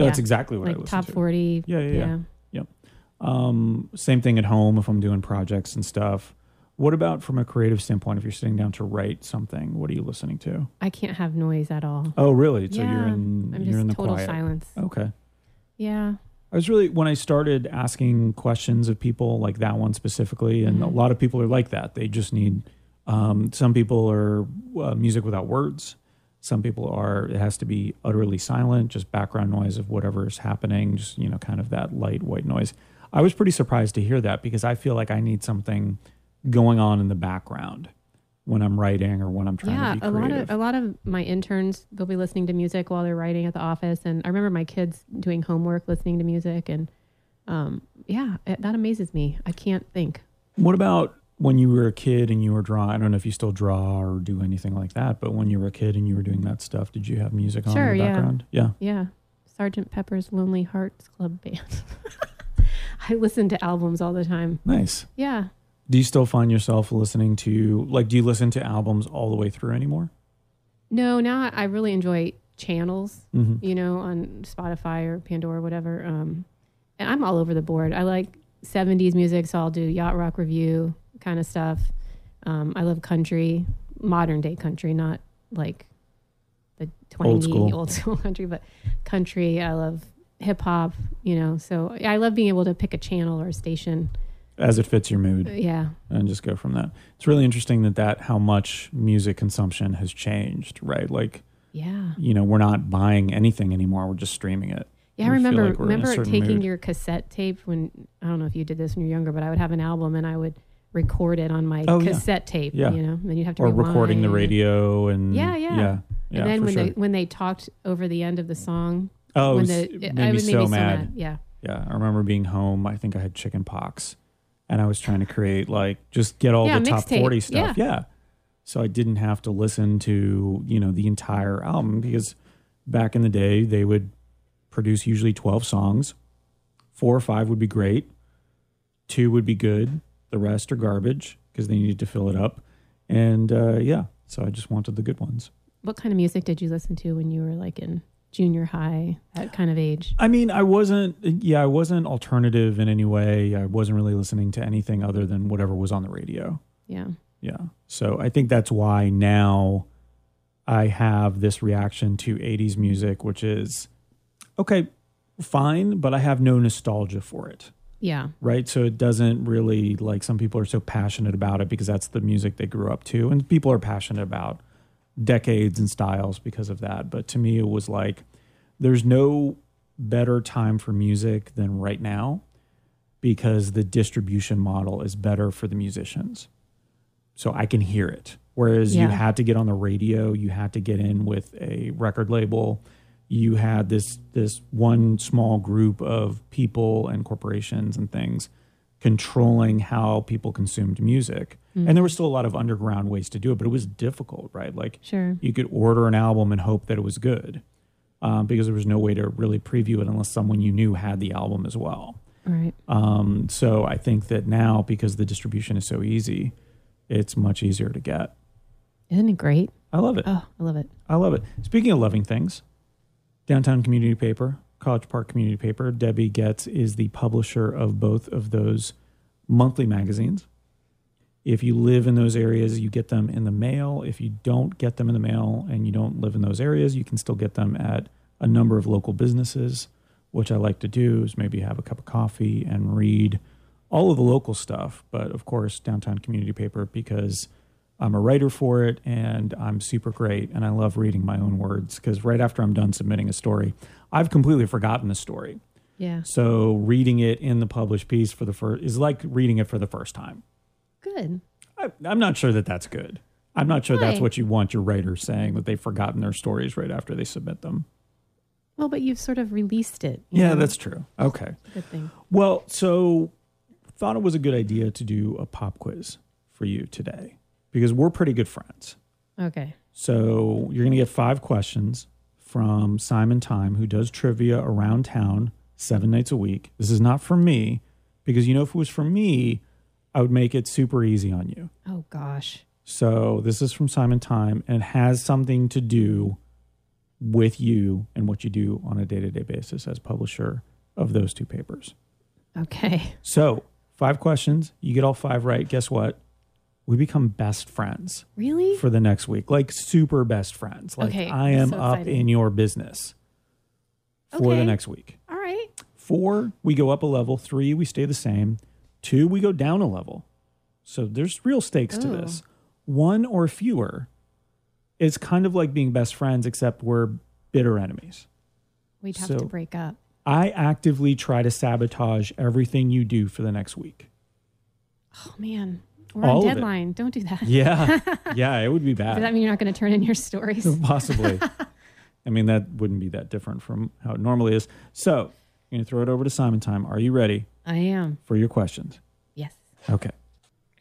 S2: No, That's
S3: Yeah.
S2: exactly what I
S3: like
S2: listen
S3: top
S2: to.
S3: forty.
S2: Yeah, yeah, yeah. Um same thing at home if I'm doing projects and stuff. What about from a creative standpoint if you're sitting down to write something, what are you listening to?
S3: I can't have noise at all.
S2: Oh, really? So you're
S3: Yeah.
S2: in
S3: I'm
S2: you're
S3: just
S2: in the
S3: total
S2: quiet. Oh.
S3: silence.
S2: Okay.
S3: Yeah,
S2: I was really when I started asking questions of people like that one specifically, and
S3: Mm-hmm.
S2: a lot of people are like that. They just need. Um, some people are uh, music without words. Some people are. It has to be utterly silent, just background noise of whatever is happening. Just you know, kind of that light white noise. I was pretty surprised to hear that because I feel like I need something going on in the background when I'm writing or when I'm trying
S3: yeah.
S2: to be
S3: A lot
S2: creative.
S3: of a lot of my interns they'll be listening to music while they're writing at the office, and I remember my kids doing homework listening to music, and um, yeah, it, that amazes me. I can't think.
S2: What about when you were a kid and you were drawing? I don't know if you still draw or do anything like that, but when you were a kid and you were doing that stuff, did you have music on
S3: Sure,
S2: in the
S3: yeah.
S2: background? Yeah.
S3: Yeah. Sergeant Pepper's Lonely Hearts Club Band. I listen to albums all the time.
S2: Nice.
S3: Yeah.
S2: Do you still find yourself listening to like? Do you listen to albums all the way through anymore?
S3: No, now I- I really enjoy channels,
S2: Mm-hmm.
S3: you know, on Spotify or Pandora, whatever. Um, and I'm all over the board. I like 70s music, so I'll do yacht rock review kind of stuff. Um, I love country, modern day country, not like the 20
S2: Old school.
S3: old school country, but country. I love hip hop, you know, so I love being able to pick a channel or a station.
S2: As it fits your mood.
S3: Uh, Yeah.
S2: and just go from that. It's really interesting that that how much music consumption has changed, right? Like
S3: Yeah.
S2: you know, we're not buying anything anymore; we're just streaming it.
S3: Yeah, I
S2: We feel
S3: remember
S2: like we're in a
S3: remember
S2: certain
S3: taking
S2: mood.
S3: your cassette tape when I don't know if you did this when you were younger, but I would have an album and I would record it on my
S2: Oh, yeah.
S3: cassette tape.
S2: Yeah.
S3: You know, and then you'd have to
S2: Or recording the
S3: rewind.
S2: radio and
S3: Yeah, yeah.
S2: yeah, yeah,
S3: and then
S2: for
S3: when
S2: sure.
S3: they when they talked over the end of the song,
S2: oh,
S3: when
S2: it was-
S3: the
S2: it
S3: it-
S2: made
S3: I
S2: me
S3: would
S2: so
S3: maybe
S2: mad.
S3: Yeah,
S2: Yeah, I remember being home. I think I had chicken pox, and I was trying to create like just get all
S3: Yeah,
S2: the top
S3: mixtape.
S2: forty stuff. Yeah. so I didn't have to listen to you know the entire album because back in the day they would produce usually twelve songs, four or five would be great, two would be good, the rest are garbage because they needed to fill it up, and uh, yeah, so I just wanted the good ones.
S3: what kind of music did you listen to when you were like in junior high, that kind of age?
S2: I mean, I wasn't. Yeah, I wasn't alternative in any way. I wasn't really listening to anything other than whatever was on the radio.
S3: Yeah,
S2: Yeah. So I think that's why now I have this reaction to 80s music, which is okay, fine, but I have no nostalgia for it.
S3: yeah,
S2: Right. So it doesn't really like some people are so passionate about it because that's the music they grew up to. And people are passionate about decades and styles because of that. But to me, it was like there's no better time for music than right now because the distribution model is better for the musicians. So I can hear it. Whereas you
S3: Yeah.
S2: had to get on the radio, you had to get in with a record label. You had this this one small group of people and corporations and things controlling how people consumed music. And there was still a lot of underground ways to do it, but it was difficult, right? Like
S3: sure,
S2: you could order an album and hope that it was good um, because there was no way to really preview it unless someone you knew had the album as well.
S3: all right,
S2: Um, so I think that now, because the distribution is so easy, it's much easier to get.
S3: isn't it great?
S2: I love it.
S3: Oh, I love it.
S2: I love it. Speaking of loving things, Downtown Community Paper, College Park Community Paper, Debbie Getz is the publisher of both of those monthly magazines. If you live in those areas, you get them in the mail. If you don't get them in the mail and you don't live in those areas, you can still get them at a number of local businesses. Which I like to do is maybe have a cup of coffee and read all of the local stuff, but of course, Downtown Community Paper because I'm a writer for it and I'm super great and I love reading my own words because right after I'm done submitting a story, I've completely forgotten the story.
S3: Yeah,
S2: So reading it in the published piece for the first is like reading it for the first time.
S3: good.
S2: I, I'm not sure that that's good. I'm not sure that's
S3: Why?
S2: what you want your writer saying that they've forgotten their stories right after they submit them.
S3: Well, but you've sort of released it. you
S2: Yeah,
S3: know?
S2: that's true. Okay.
S3: a good thing.
S2: Well, so thought it was a good idea to do a pop quiz for you today because we're pretty good friends.
S3: Okay,
S2: So you're going to get five questions from Simon Time, who does trivia around town seven nights a week. This is not from me because you know, if it was from me, I would make it super easy on you.
S3: oh gosh.
S2: So this is from Simon Time and it has something to do with you and what you do on a day to day basis as publisher of those two papers.
S3: Okay.
S2: So, five questions. You get all five right. Guess what? We become best friends
S3: Really?
S2: for the next week, like super best friends. Like
S3: Okay,
S2: I
S3: I'm
S2: am
S3: so
S2: up
S3: excited.
S2: in your business for the
S3: Okay.
S2: next week.
S3: All right.
S2: Four, we go up a level. Three, we stay the same. Two, we go down a level. So there's real stakes to
S3: Ooh.
S2: this. One or fewer is kind of like being best friends, except we're bitter enemies.
S3: We'd have
S2: So-
S3: to break up.
S2: I actively try to sabotage everything you do for the next week.
S3: Oh man, we're
S2: All of
S3: on
S2: it.
S3: deadline. Don't do that.
S2: Yeah. yeah, it would be
S3: Does
S2: bad.
S3: that mean you're not going to turn in your stories?
S2: Possibly. I mean, that wouldn't be that different from how it normally is. So, I'm going to throw it over to Simon Time. Are you ready
S3: I am.
S2: for your questions?
S3: Yes.
S2: Okay.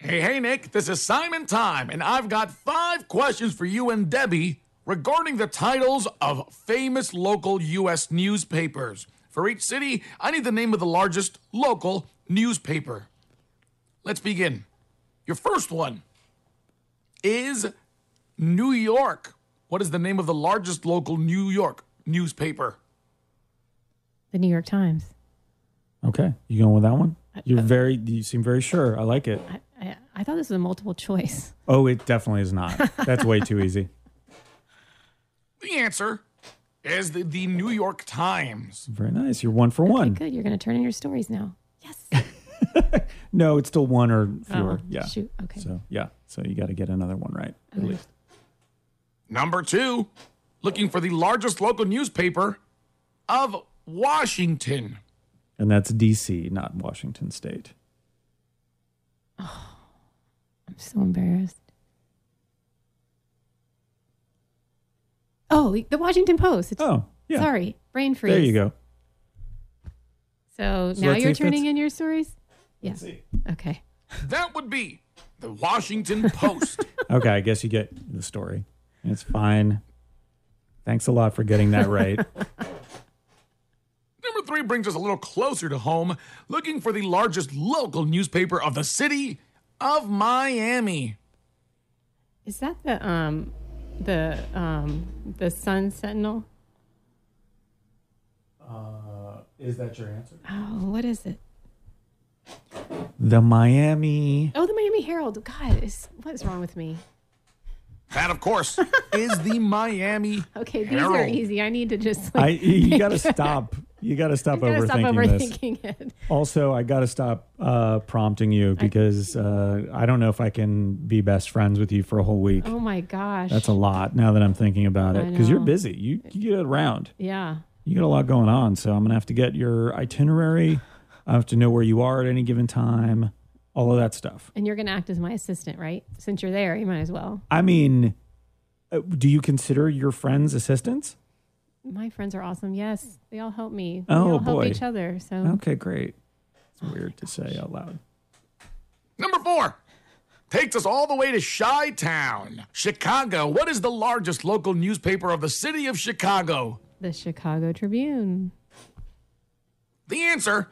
S6: Hey, hey, Nick, this is Simon Time, and I've got five questions for you and Debbie regarding the titles of famous local U.S. newspapers. For each city, I need the name of the largest local newspaper. Let's begin. Your first one is New York. What is the name of the largest local New York newspaper?
S3: The New York Times.
S2: Okay, you going with that one?
S3: Uh,
S2: You're very. You seem very sure. I like it.
S3: I, I, I thought this was a multiple choice.
S2: Oh, it definitely is not. That's way too easy.
S6: The answer is the, the New York Times.
S2: Very nice. You're one for
S3: Okay,
S2: one.
S3: good. You're going to turn in your stories now. Yes.
S2: No, it's still one or
S3: Oh,
S2: fewer. yeah.
S3: Shoot. Okay.
S2: So yeah. So you got to get another one right at least.
S6: Number two, looking for the largest local newspaper of Washington.
S2: And that's D.C., not Washington State.
S3: I'm so embarrassed. Oh, the Washington Post. It's,
S2: Oh, yeah.
S3: Sorry. Brain freeze.
S2: There you go. So
S3: So, now
S2: let's see
S3: you're
S2: if
S3: turning
S2: it's-
S3: in your stories? Yes. Okay.
S6: That would be the Washington Post.
S2: Okay, I guess you get the story. It's fine. Thanks a lot for getting that right.
S6: Number three brings us a little closer to home, looking for the largest local newspaper of the city of Miami.
S3: Is that the um the um the Sun Sentinel?
S2: Uh, Is that your answer?
S3: Oh, what is it?
S2: The Miami.
S3: Oh, the Miami Herald. God, is what is wrong with me?
S6: That, of course, is the Miami.
S3: Okay, these are
S6: Herald.
S3: easy. I need to just
S2: I
S3: like
S2: you got to stop. You got to stop
S3: I gotta
S2: overthinking
S3: stop
S2: this.
S3: overthinking it.
S2: Also, I got to stop uh, prompting you because uh, I don't know if I can be best friends with you for a whole week.
S3: Oh my gosh.
S2: That's a lot now that I'm thinking about it
S3: I
S2: because you're
S3: know.
S2: busy. You, you get around.
S3: yeah.
S2: You got a lot going on, so I'm gonna have to get your itinerary. I have to know where you are at any given time. All of that stuff.
S3: And you're gonna act as my assistant, right? Since you're there, you might as well.
S2: I mean, uh, do you consider your friends assistants?
S3: My friends are awesome. Yes, they all help me.
S2: Oh,
S3: we all help
S2: boy.
S3: each other. So
S2: Okay, great. It's weird to say out loud.
S6: Number four takes us all the way to Chi Town, Chicago. What is the largest local newspaper of the city of Chicago?
S3: the Chicago Tribune.
S6: The answer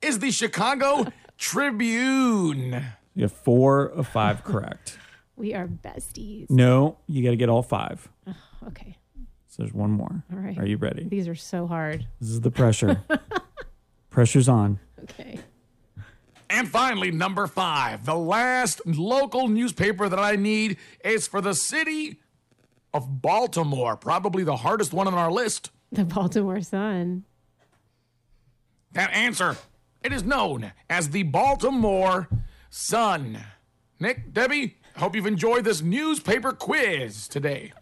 S6: is the Chicago Tribune.
S2: You have four of five correct.
S3: We are besties.
S2: No, you got to get all five.
S3: Okay.
S2: So there's one more.
S3: All right.
S2: Are you ready?
S3: These are so hard.
S2: This is the pressure. Pressure's on.
S3: Okay.
S6: And finally, number five, the last local newspaper that I need is for the city of Baltimore, probably the hardest one on our list.
S3: The Baltimore Sun.
S6: That answer, it is known as the Baltimore Sun. Nick, Debbie, hope you've enjoyed this newspaper quiz today.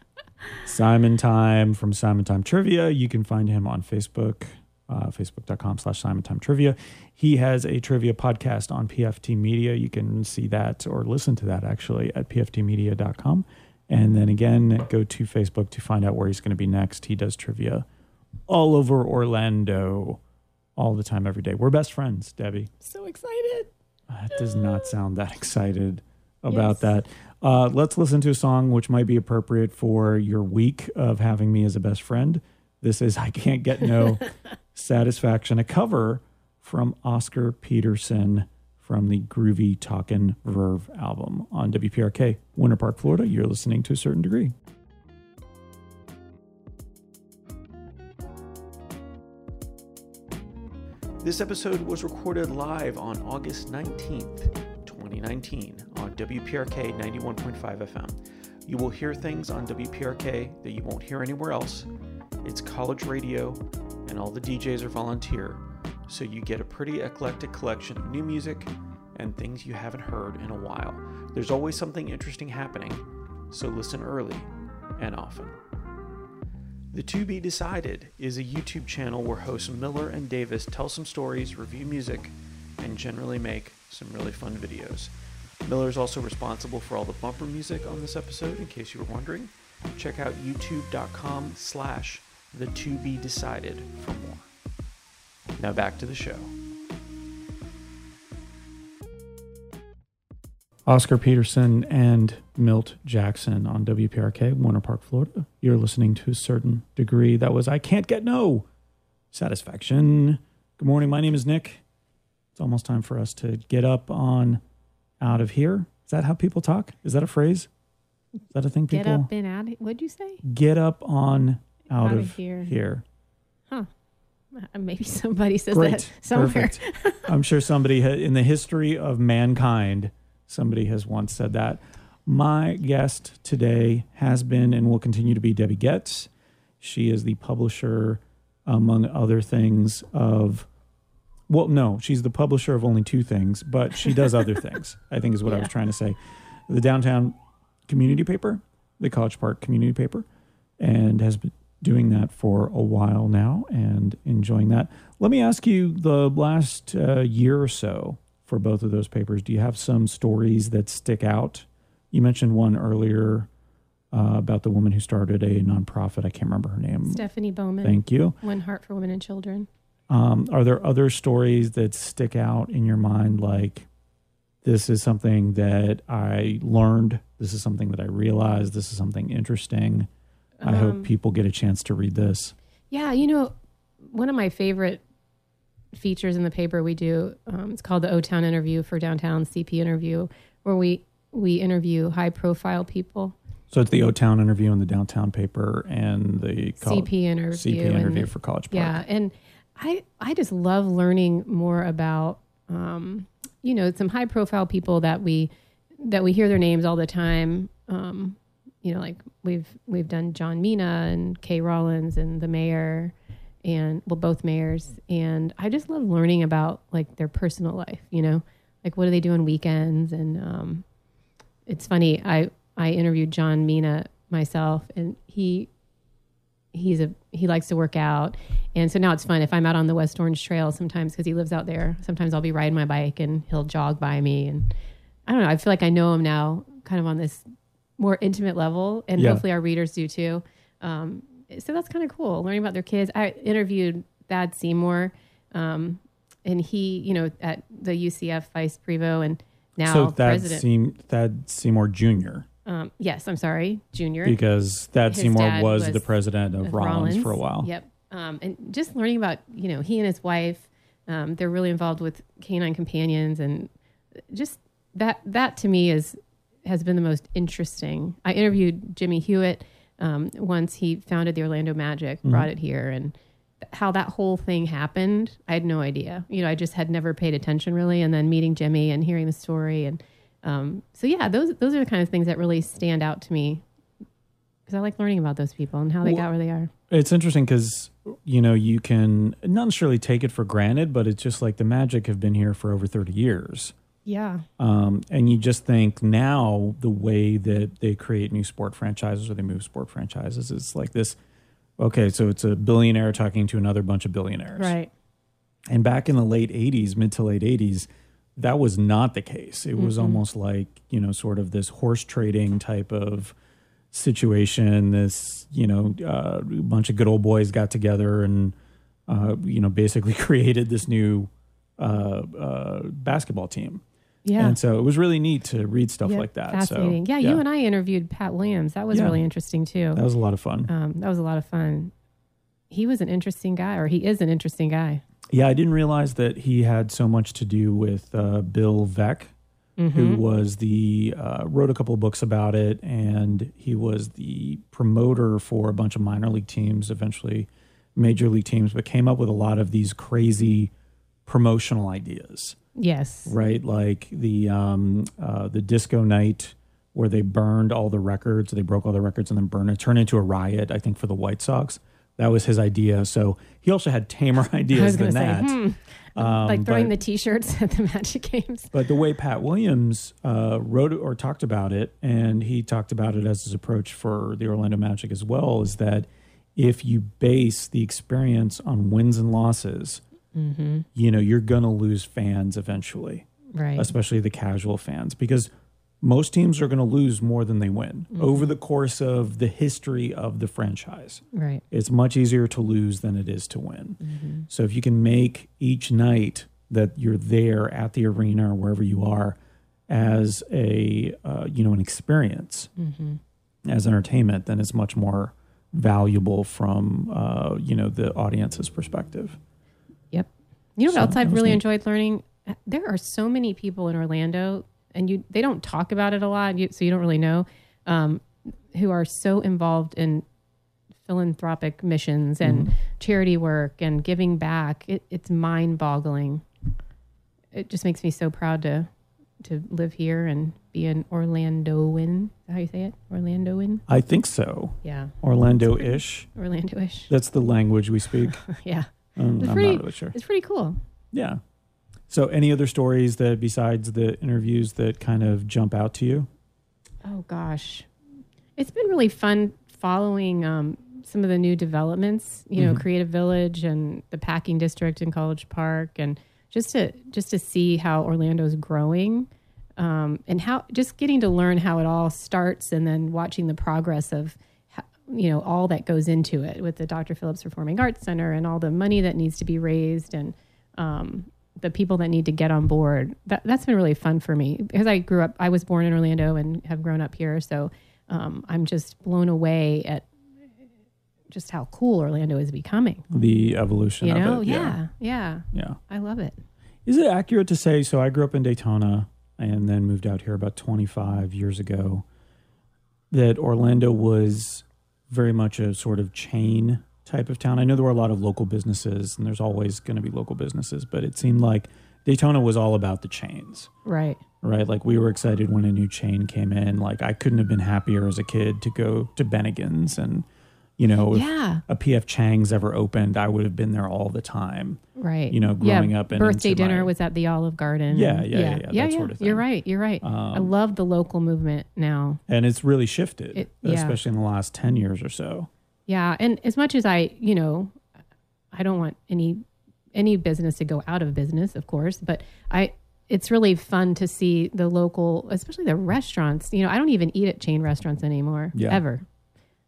S2: Simon Time from Simon Time Trivia. You can find him on Facebook, uh, facebook.com slash Simon Time Trivia. He has a trivia podcast on PFT Media. You can see that or listen to that actually at pftmedia.com. And then again, go to Facebook to find out where he's going to be next. He does trivia all over Orlando all the time, every day. We're best friends, Debbie.
S3: So excited.
S2: That does not sound that excited about
S3: Yes.
S2: that. Uh, let's listen to a song which might be appropriate for your week of having me as a best friend. This is I Can't Get No Satisfaction, a cover from Oscar Peterson from the Groovy Talkin' Verve album on WPRK, Winter Park, Florida. You're listening to a certain degree.
S4: This episode was recorded live on August 19th, 2019, on WPRK 91.5 FM. You will hear things on WPRK that you won't hear anywhere else. It's college radio, and all the DJs are volunteer, so you get a pretty eclectic collection of new music and things you haven't heard in a while. There's always something interesting happening, so listen early and often. The To Be Decided is a YouTube channel where hosts Miller and Davis tell some stories, review music, and generally make some really fun videos. Miller is also responsible for all the bumper music on this episode, in case you were wondering. Check out youtube.com slash the to be decided for more. Now back to the show.
S2: Oscar Peterson and Milt Jackson on WPRK, Winter Park, Florida. You're listening to a certain degree. That was I Can't Get No Satisfaction. Good morning. My name is Nick. It's almost time for us to get up on out of here. Is that how people talk? Is that a phrase? Is that a thing people
S3: Get up and out. of- What'd you say?
S2: Get up on out,
S3: Outta
S2: of,
S3: here.
S2: here.
S3: Uh, Maybe somebody says
S2: Great.
S3: that somewhere.
S2: Perfect. I'm sure somebody ha- in the history of mankind, somebody has once said that. My guest today has been and will continue to be Debbie Getz. She is the publisher, among other things, of. Well, no, she's the publisher of only two things, but she does other things, I think is what I was trying to say. The downtown community paper, the College Park community paper, and has been doing that for a while now and enjoying that. Let me ask you the last uh, year or so for both of those papers, do you have some stories that stick out? You mentioned one earlier uh, about the woman who started a nonprofit. I can't remember her name.
S3: Stephanie Bowman.
S2: Thank you.
S3: One Heart for Women and Children.
S2: Um, are there other stories that stick out in your mind? Like, this is something that I learned. This is something that I realized. This is something interesting. I
S3: Um,
S2: hope people get a chance to read this.
S3: Yeah, you know, one of my favorite features in the paper we do, um, it's called the O Town interview for downtown CP interview, where we we interview high profile people,
S2: So it's the O Town interview in the downtown paper and the col-
S3: CP interview,
S2: CP
S3: and-
S2: interview for College Park.
S3: Yeah, and I I just love learning more about um, you know some high profile people that we that we hear their names all the time. Um, you know, like we've we've done John Mina and Kay Rollins and the mayor and well both mayors and I just love learning about like their personal life. You know, like what do they do on weekends and um, it's funny i i interviewed john mina myself and he he's a he likes to work out and so now it's fun if i'm out on the west orange trail sometimes because he lives out there sometimes i'll be riding my bike and he'll jog by me and i don't know i feel like i know him now kind of on this more intimate level and
S2: Yeah.
S3: hopefully our readers do too um, so that's kind of cool learning about their kids i interviewed thad seymour um, and he you know at the ucf vice prevo and now
S2: So Thad,
S3: president
S2: Seam, Thad Seymour Jr.
S3: um, yes, I'm sorry, Junior.
S2: Because Thad
S3: His
S2: Seymour
S3: dad
S2: was,
S3: was
S2: the president of,
S3: of
S2: Rollins, for a while.
S3: Yep. Um, and just learning about, you know, he and his wife, um, they're really involved with canine companions and just that, that to me is, has been the most interesting. I interviewed Jimmy Hewitt um, once he founded the Orlando Magic,
S2: Mm-hmm.
S3: brought it here and how that whole thing happened. I had no idea. You know, I just had never paid attention really. And then meeting Jimmy and hearing the story. And um, so, yeah, those, those are the kind of things that really stand out to me because I like learning about those people and how they
S2: Well-
S3: got where they are.
S2: It's interesting because you know you can not necessarily take it for granted, but it's just like the Magic have been here for over thirty years,
S3: Yeah.
S2: um, and you just think now the way that they create new sport franchises or they move sport franchises is like this. Okay, so it's a billionaire talking to another bunch of billionaires,
S3: Right.
S2: And back in the late 80s, mid to late 80s, that was not the case. It
S3: Mm-hmm.
S2: was almost like, you know, sort of this horse trading type of situation. This, you know, uh, bunch of good old boys got together and, uh, you know, basically created this new uh, uh, basketball team.
S3: Yeah.
S2: And so it was really neat to read stuff
S3: Yeah.
S2: like that.
S3: Fascinating.
S2: So,
S3: yeah, You and I interviewed Pat Williams. That was
S2: Yeah.
S3: really interesting too.
S2: That was a lot of fun.
S3: um, that was a lot of fun. He was an interesting guy, or he is an interesting guy.
S2: Yeah, I didn't realize that he had so much to do with uh, Bill Veck,
S3: Mm-hmm.
S2: who was the uh, wrote a couple of books about it, and he was the promoter for a bunch of minor league teams, eventually major league teams, but came up with a lot of these crazy promotional ideas,
S3: Yes.
S2: right? Like the um, uh, the disco night where they burned all the records, they broke all the records, and then burned it, turned into a riot. I think for the White Sox. That was his idea. So he also had tamer ideas
S3: I was
S2: than
S3: going to say,
S2: that.
S3: hmm, like throwing
S2: Um, but-
S3: the T-shirts at the Magic games.
S2: But the way Pat Williams uh, wrote it or talked about it, and he talked about it as his approach for the Orlando Magic as well, is that if you base the experience on wins and losses, you know you're gonna lose fans eventually,
S3: Right.
S2: especially the casual fans, because most teams are gonna lose more than they win over the course of the history of the franchise
S3: right.
S2: it's much easier to lose than it is to win.
S3: Mm-hmm.
S2: So if you can make each night that you're there at the arena or wherever you are as a uh, you know an experience
S3: Mm-hmm.
S2: as entertainment, then it's much more valuable from uh, you know the audience's perspective.
S3: Yep. You know what
S2: So,
S3: else
S2: that
S3: I've
S2: was
S3: really
S2: neat.
S3: enjoyed learning? Uh, There are so many people in Orlando, and you they don't talk about it a lot, you, so you don't really know, um, who are so involved in philanthropic missions and
S2: Mm-hmm.
S3: charity work and giving back. It, it's mind boggling. It just makes me so proud to to live here and be an Orlandoan. Is that how you say it? Orlandoan?
S2: I think so.
S3: Yeah.
S2: Orlando-ish.
S3: Orlandoish.
S2: That's the language we speak.
S3: Yeah.
S2: Um,
S3: It's
S2: I'm
S3: pretty-
S2: not really sure.
S3: It's pretty cool.
S2: Yeah. So, any other stories that besides the interviews that kind of jump out to you?
S3: Oh gosh, it's been really fun following um, some of the new developments. You know, Creative Village and the Packing District in College Park, and just to just to see how Orlando's growing, um, and how just getting to learn how it all starts, and then watching the progress of ho- you know all that goes into it with the Dr. Phillips Performing Arts Center and all the money that needs to be raised and um, the people that need to get on board. That, that's been really fun for me because I grew up, I was born in Orlando and have grown up here. So um, I'm just blown away at just how cool Orlando is becoming.
S2: The evolution
S3: You
S2: of
S3: know?
S2: it.
S3: yeah. Yeah.
S2: Yeah.
S3: I love it.
S2: Is it accurate to say? So, I grew up in Daytona and then moved out here about 25 years ago, that Orlando was very much a sort of chain type of town. I know there were a lot of local businesses, and there's always going to be local businesses, but it seemed like Daytona was all about the chains.
S3: Right.
S2: right? Like we were excited when a new chain came in. Like I couldn't have been happier as a kid to go to Bennigan's and you know, if
S3: Yeah.
S2: a PF Chang's ever opened, I would have been there all the time.
S3: Right.
S2: You know, growing up and
S3: birthday
S2: into
S3: dinner
S2: my-
S3: was at the Olive Garden.
S2: Yeah, yeah, yeah, yeah, that sort of thing. Um,
S3: You're right. You're right. I love the local movement now.
S2: And it's really shifted,
S3: It- yeah.
S2: especially in the last 10 years or so.
S3: Yeah, and as much as I, you know, I don't want any any business to go out of business, of course, but I it's really fun to see the local, especially the restaurants. You know, I don't even eat at chain restaurants anymore
S2: Yeah.
S3: ever.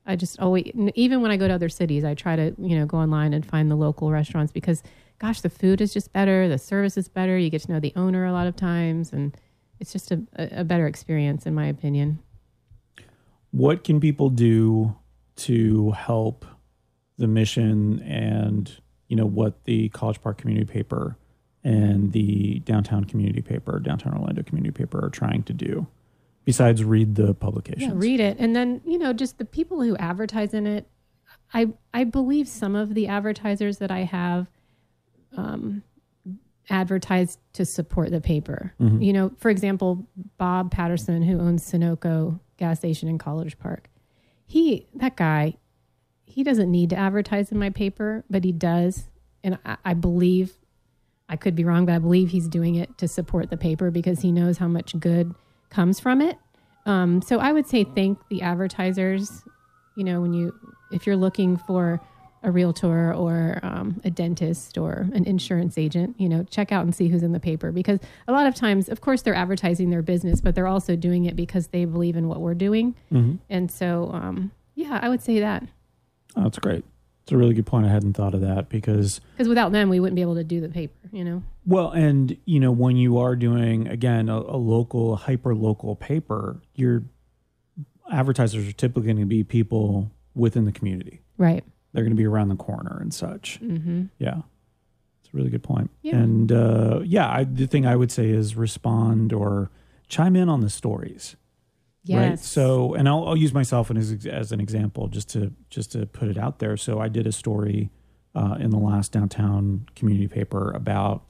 S3: I just always n- even when I go to other cities, I try to, you know, go online and find the local restaurants because gosh, the food is just better, the service is better, you get to know the owner a lot of times and it's just a, a a better experience in my opinion.
S2: What can people do to help the mission and, you know, what the College Park Community Paper and the Downtown Community Paper, Downtown Orlando Community Paper are trying to do besides read the publications?
S3: Yeah, read it, and then you know, just the people who advertise in it. I I believe some of the advertisers that I have um, advertised to support the paper. You know, for example, Bob Patterson, who owns Sunoco gas station in College Park. He that guy, he doesn't need to advertise in my paper, but he does, and I, I believe I could be wrong, but I believe he's doing it to support the paper because he knows how much good comes from it. Um, so I would say thank the advertisers. You know, when you if you're looking for a realtor or um, a dentist or an insurance agent, you know, check out and see who's in the paper because a lot of times, of course, they're advertising their business, but they're also doing it because they believe in what we're doing.
S2: Mm-hmm.
S3: And so, um, yeah, I would say that
S2: Oh, that's great. It's a really good point. I hadn't thought of that because,
S3: because without them, we wouldn't be able to do the paper. You know,
S2: well, and you know, when you are doing again a, a local, hyper local paper, your advertisers are typically going to be people within the community.
S3: right?
S2: They're going to be around the corner and such.
S3: Mm-hmm.
S2: Yeah, it's a really good point.
S3: Yeah.
S2: And uh, yeah, I, the thing I would say is respond or chime in on the stories.
S3: Yes.
S2: Right. So, and I'll, I'll use myself as, as an example just to just to put it out there. So, I did a story uh, in the last downtown community paper about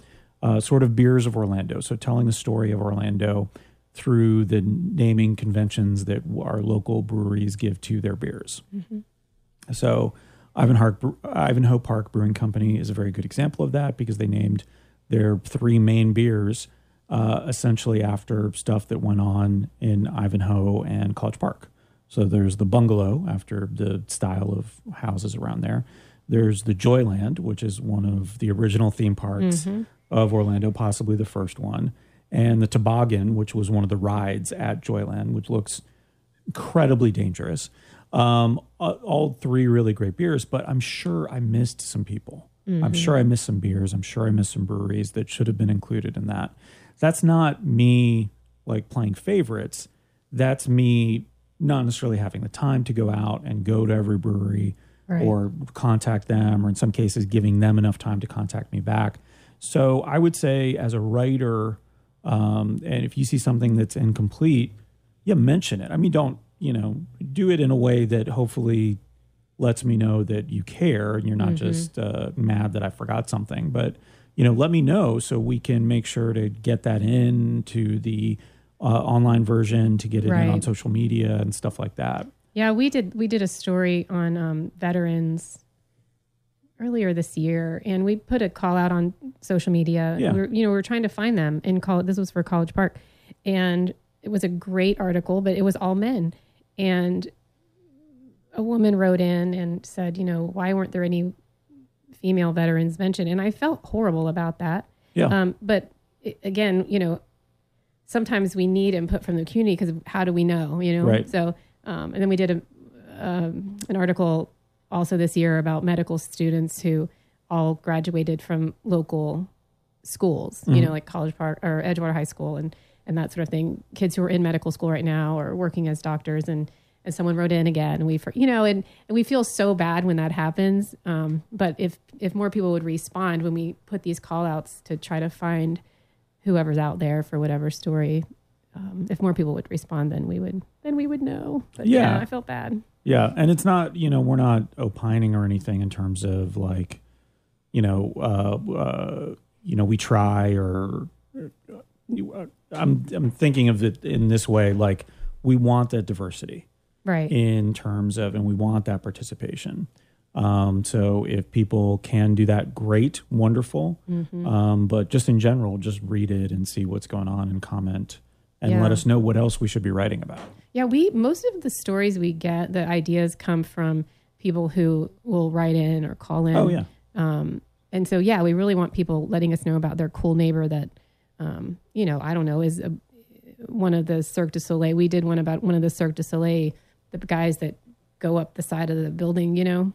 S2: uh, sort of beers of Orlando. So, telling the story of Orlando through the naming conventions that our local breweries give to their beers. So Ivanhoe, Ivanhoe Park Brewing Company is a very good example of that because they named their three main beers uh, essentially after stuff that went on in Ivanhoe and College Park. So there's the bungalow after the style of houses around there. There's the Joyland, which is one of the original theme parks of Orlando, possibly the first one, and the toboggan, which was one of the rides at Joyland, which looks incredibly dangerous. Um, uh, all three really great beers, but I'm sure I missed some people. I'm sure I missed some beers. I'm sure I missed some breweries that should have been included in that. That's not me like playing favorites, that's me not necessarily having the time to go out and go to every brewery
S3: Right.
S2: or contact them, or in some cases, giving them enough time to contact me back. So I would say, as a writer, um, and if you see something that's incomplete, yeah, mention it. I mean, don't, you know, do it in a way that hopefully lets me know that you care and you're not
S3: Mm-hmm.
S2: just uh, mad that I forgot something. But you know, let me know so we can make sure to get that into the uh, online version to get it in on
S3: Right.
S2: social media and stuff like that.
S3: Yeah, we did. We did a story on um, veterans earlier this year, and we put a call out on social media.
S2: Yeah.
S3: We were, you know, we were trying to find them in college. This was for College Park, and it was a great article, but it was all men. And a woman wrote in and said, you know, why weren't there any female veterans mentioned? And I felt horrible about that.
S2: Yeah,
S3: Um, but i again, you know, sometimes we need input from the community because how do we know? You know,
S2: Right.
S3: so um, and then we did a um, an article also this year about medical students who all graduated from local schools. You know, like College Park or Edgewater High School and and that sort of thing. Kids who are in medical school right now or working as doctors and. And someone wrote in again, and we, for, you know, and, and we feel so bad when that happens. Um, but if if more people would respond when we put these call outs to try to find whoever's out there for whatever story. Um, if more people would respond, then we would then we would know. But
S2: Yeah.
S3: yeah, I felt bad.
S2: yeah, and it's not you know we're not opining or anything in terms of like you know uh, uh, you know we try or I'm I'm thinking of it in this way like we want that diversity.
S3: Right.
S2: in terms of, and we want that participation. Um, so if people can do that, great, wonderful. Um, but just in general, just read it and see what's going on and comment and
S3: Yeah.
S2: let us know what else we should be writing about.
S3: Yeah, we most of the stories we get, the ideas come from people who will write in or call in.
S2: Oh, yeah.
S3: Um, and so yeah, we really want people letting us know about their cool neighbor that, um, you know, I don't know, is a, one of the Cirque du Soleil. We did one about one of the Cirque du Soleil, the guys that go up the side of the building. You know,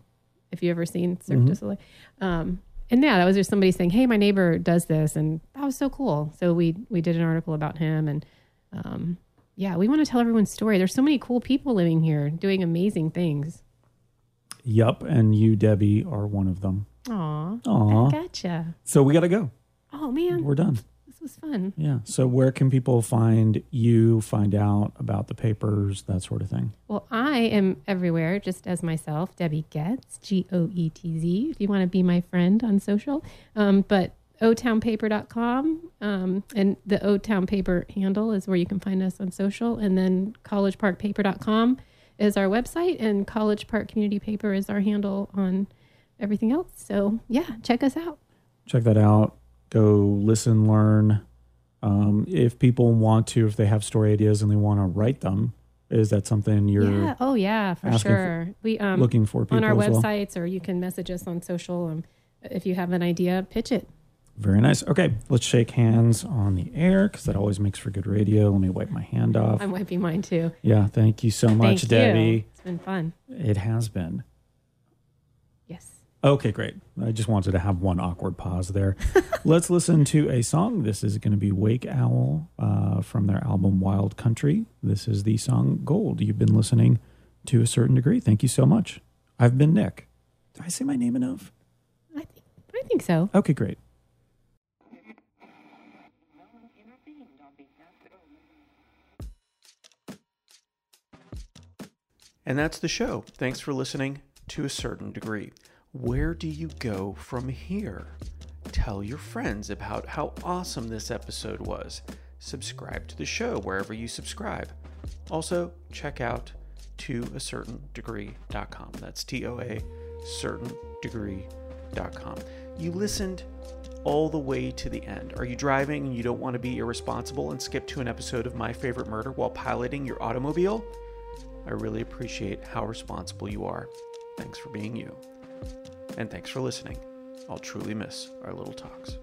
S3: if you ever seen Cirque du Soleil. Um, and yeah, that was just somebody saying, "Hey, my neighbor does this," and that was so cool. So we we did an article about him and. Um, yeah, we want to tell everyone's story. There's so many cool people living here doing amazing things.
S2: Yup. And you, Debbie, are one of them.
S3: Aw,
S2: Aw.
S3: I gotcha.
S2: So we got to go.
S3: Oh man,
S2: We're done.
S3: this was fun.
S2: Yeah. So where can people find you, find out about the papers, that sort of thing?
S3: Well, I am everywhere, just as myself, Debbie Getz, G O E T Z. If you want to be my friend on social, um, but otownpaper.com um, and the Otown Paper handle is where you can find us on social, and then collegeparkpaper.com is our website, and College Park Community Paper is our handle on everything else. So yeah, check us out.
S2: check that out. Go listen, learn. Um, if people want to, if they have story ideas and they want to write them, is that something you're
S3: yeah. Oh yeah, for
S2: asking for-
S3: sure. we um
S2: looking for people
S3: on our
S2: as well?
S3: websites, or you can message us on social. Um, if you have an idea, pitch it.
S2: Very nice. Okay, let's shake hands on the air because that always makes for good radio. Let me wipe my hand off.
S3: I'm wiping mine too.
S2: yeah, thank you so much,
S3: Thank you.
S2: Debbie.
S3: It's been fun.
S2: It has been.
S3: Yes.
S2: Okay, great. I just wanted to have one awkward pause there. Let's listen to a song. This is going to be Wake Owl uh, from their album Wild Country. This is the song Gold. You've been listening to a certain degree. Thank you so much. I've been Nick. Did I say my name enough?
S3: I think I think so.
S2: Okay, great.
S4: And that's the show. Thanks for listening to a certain degree. Where do you go from here? Tell your friends about how awesome this episode was. Subscribe to the show wherever you subscribe. Also, check out to a certain degree.com. That's T O A certain degree.com. You listened all the way to the end. Are you driving and you don't want to be irresponsible and skip to an episode of My Favorite Murder while piloting your automobile? I really appreciate how responsible you are. Thanks for being you. And thanks for listening. I'll truly miss our little talks.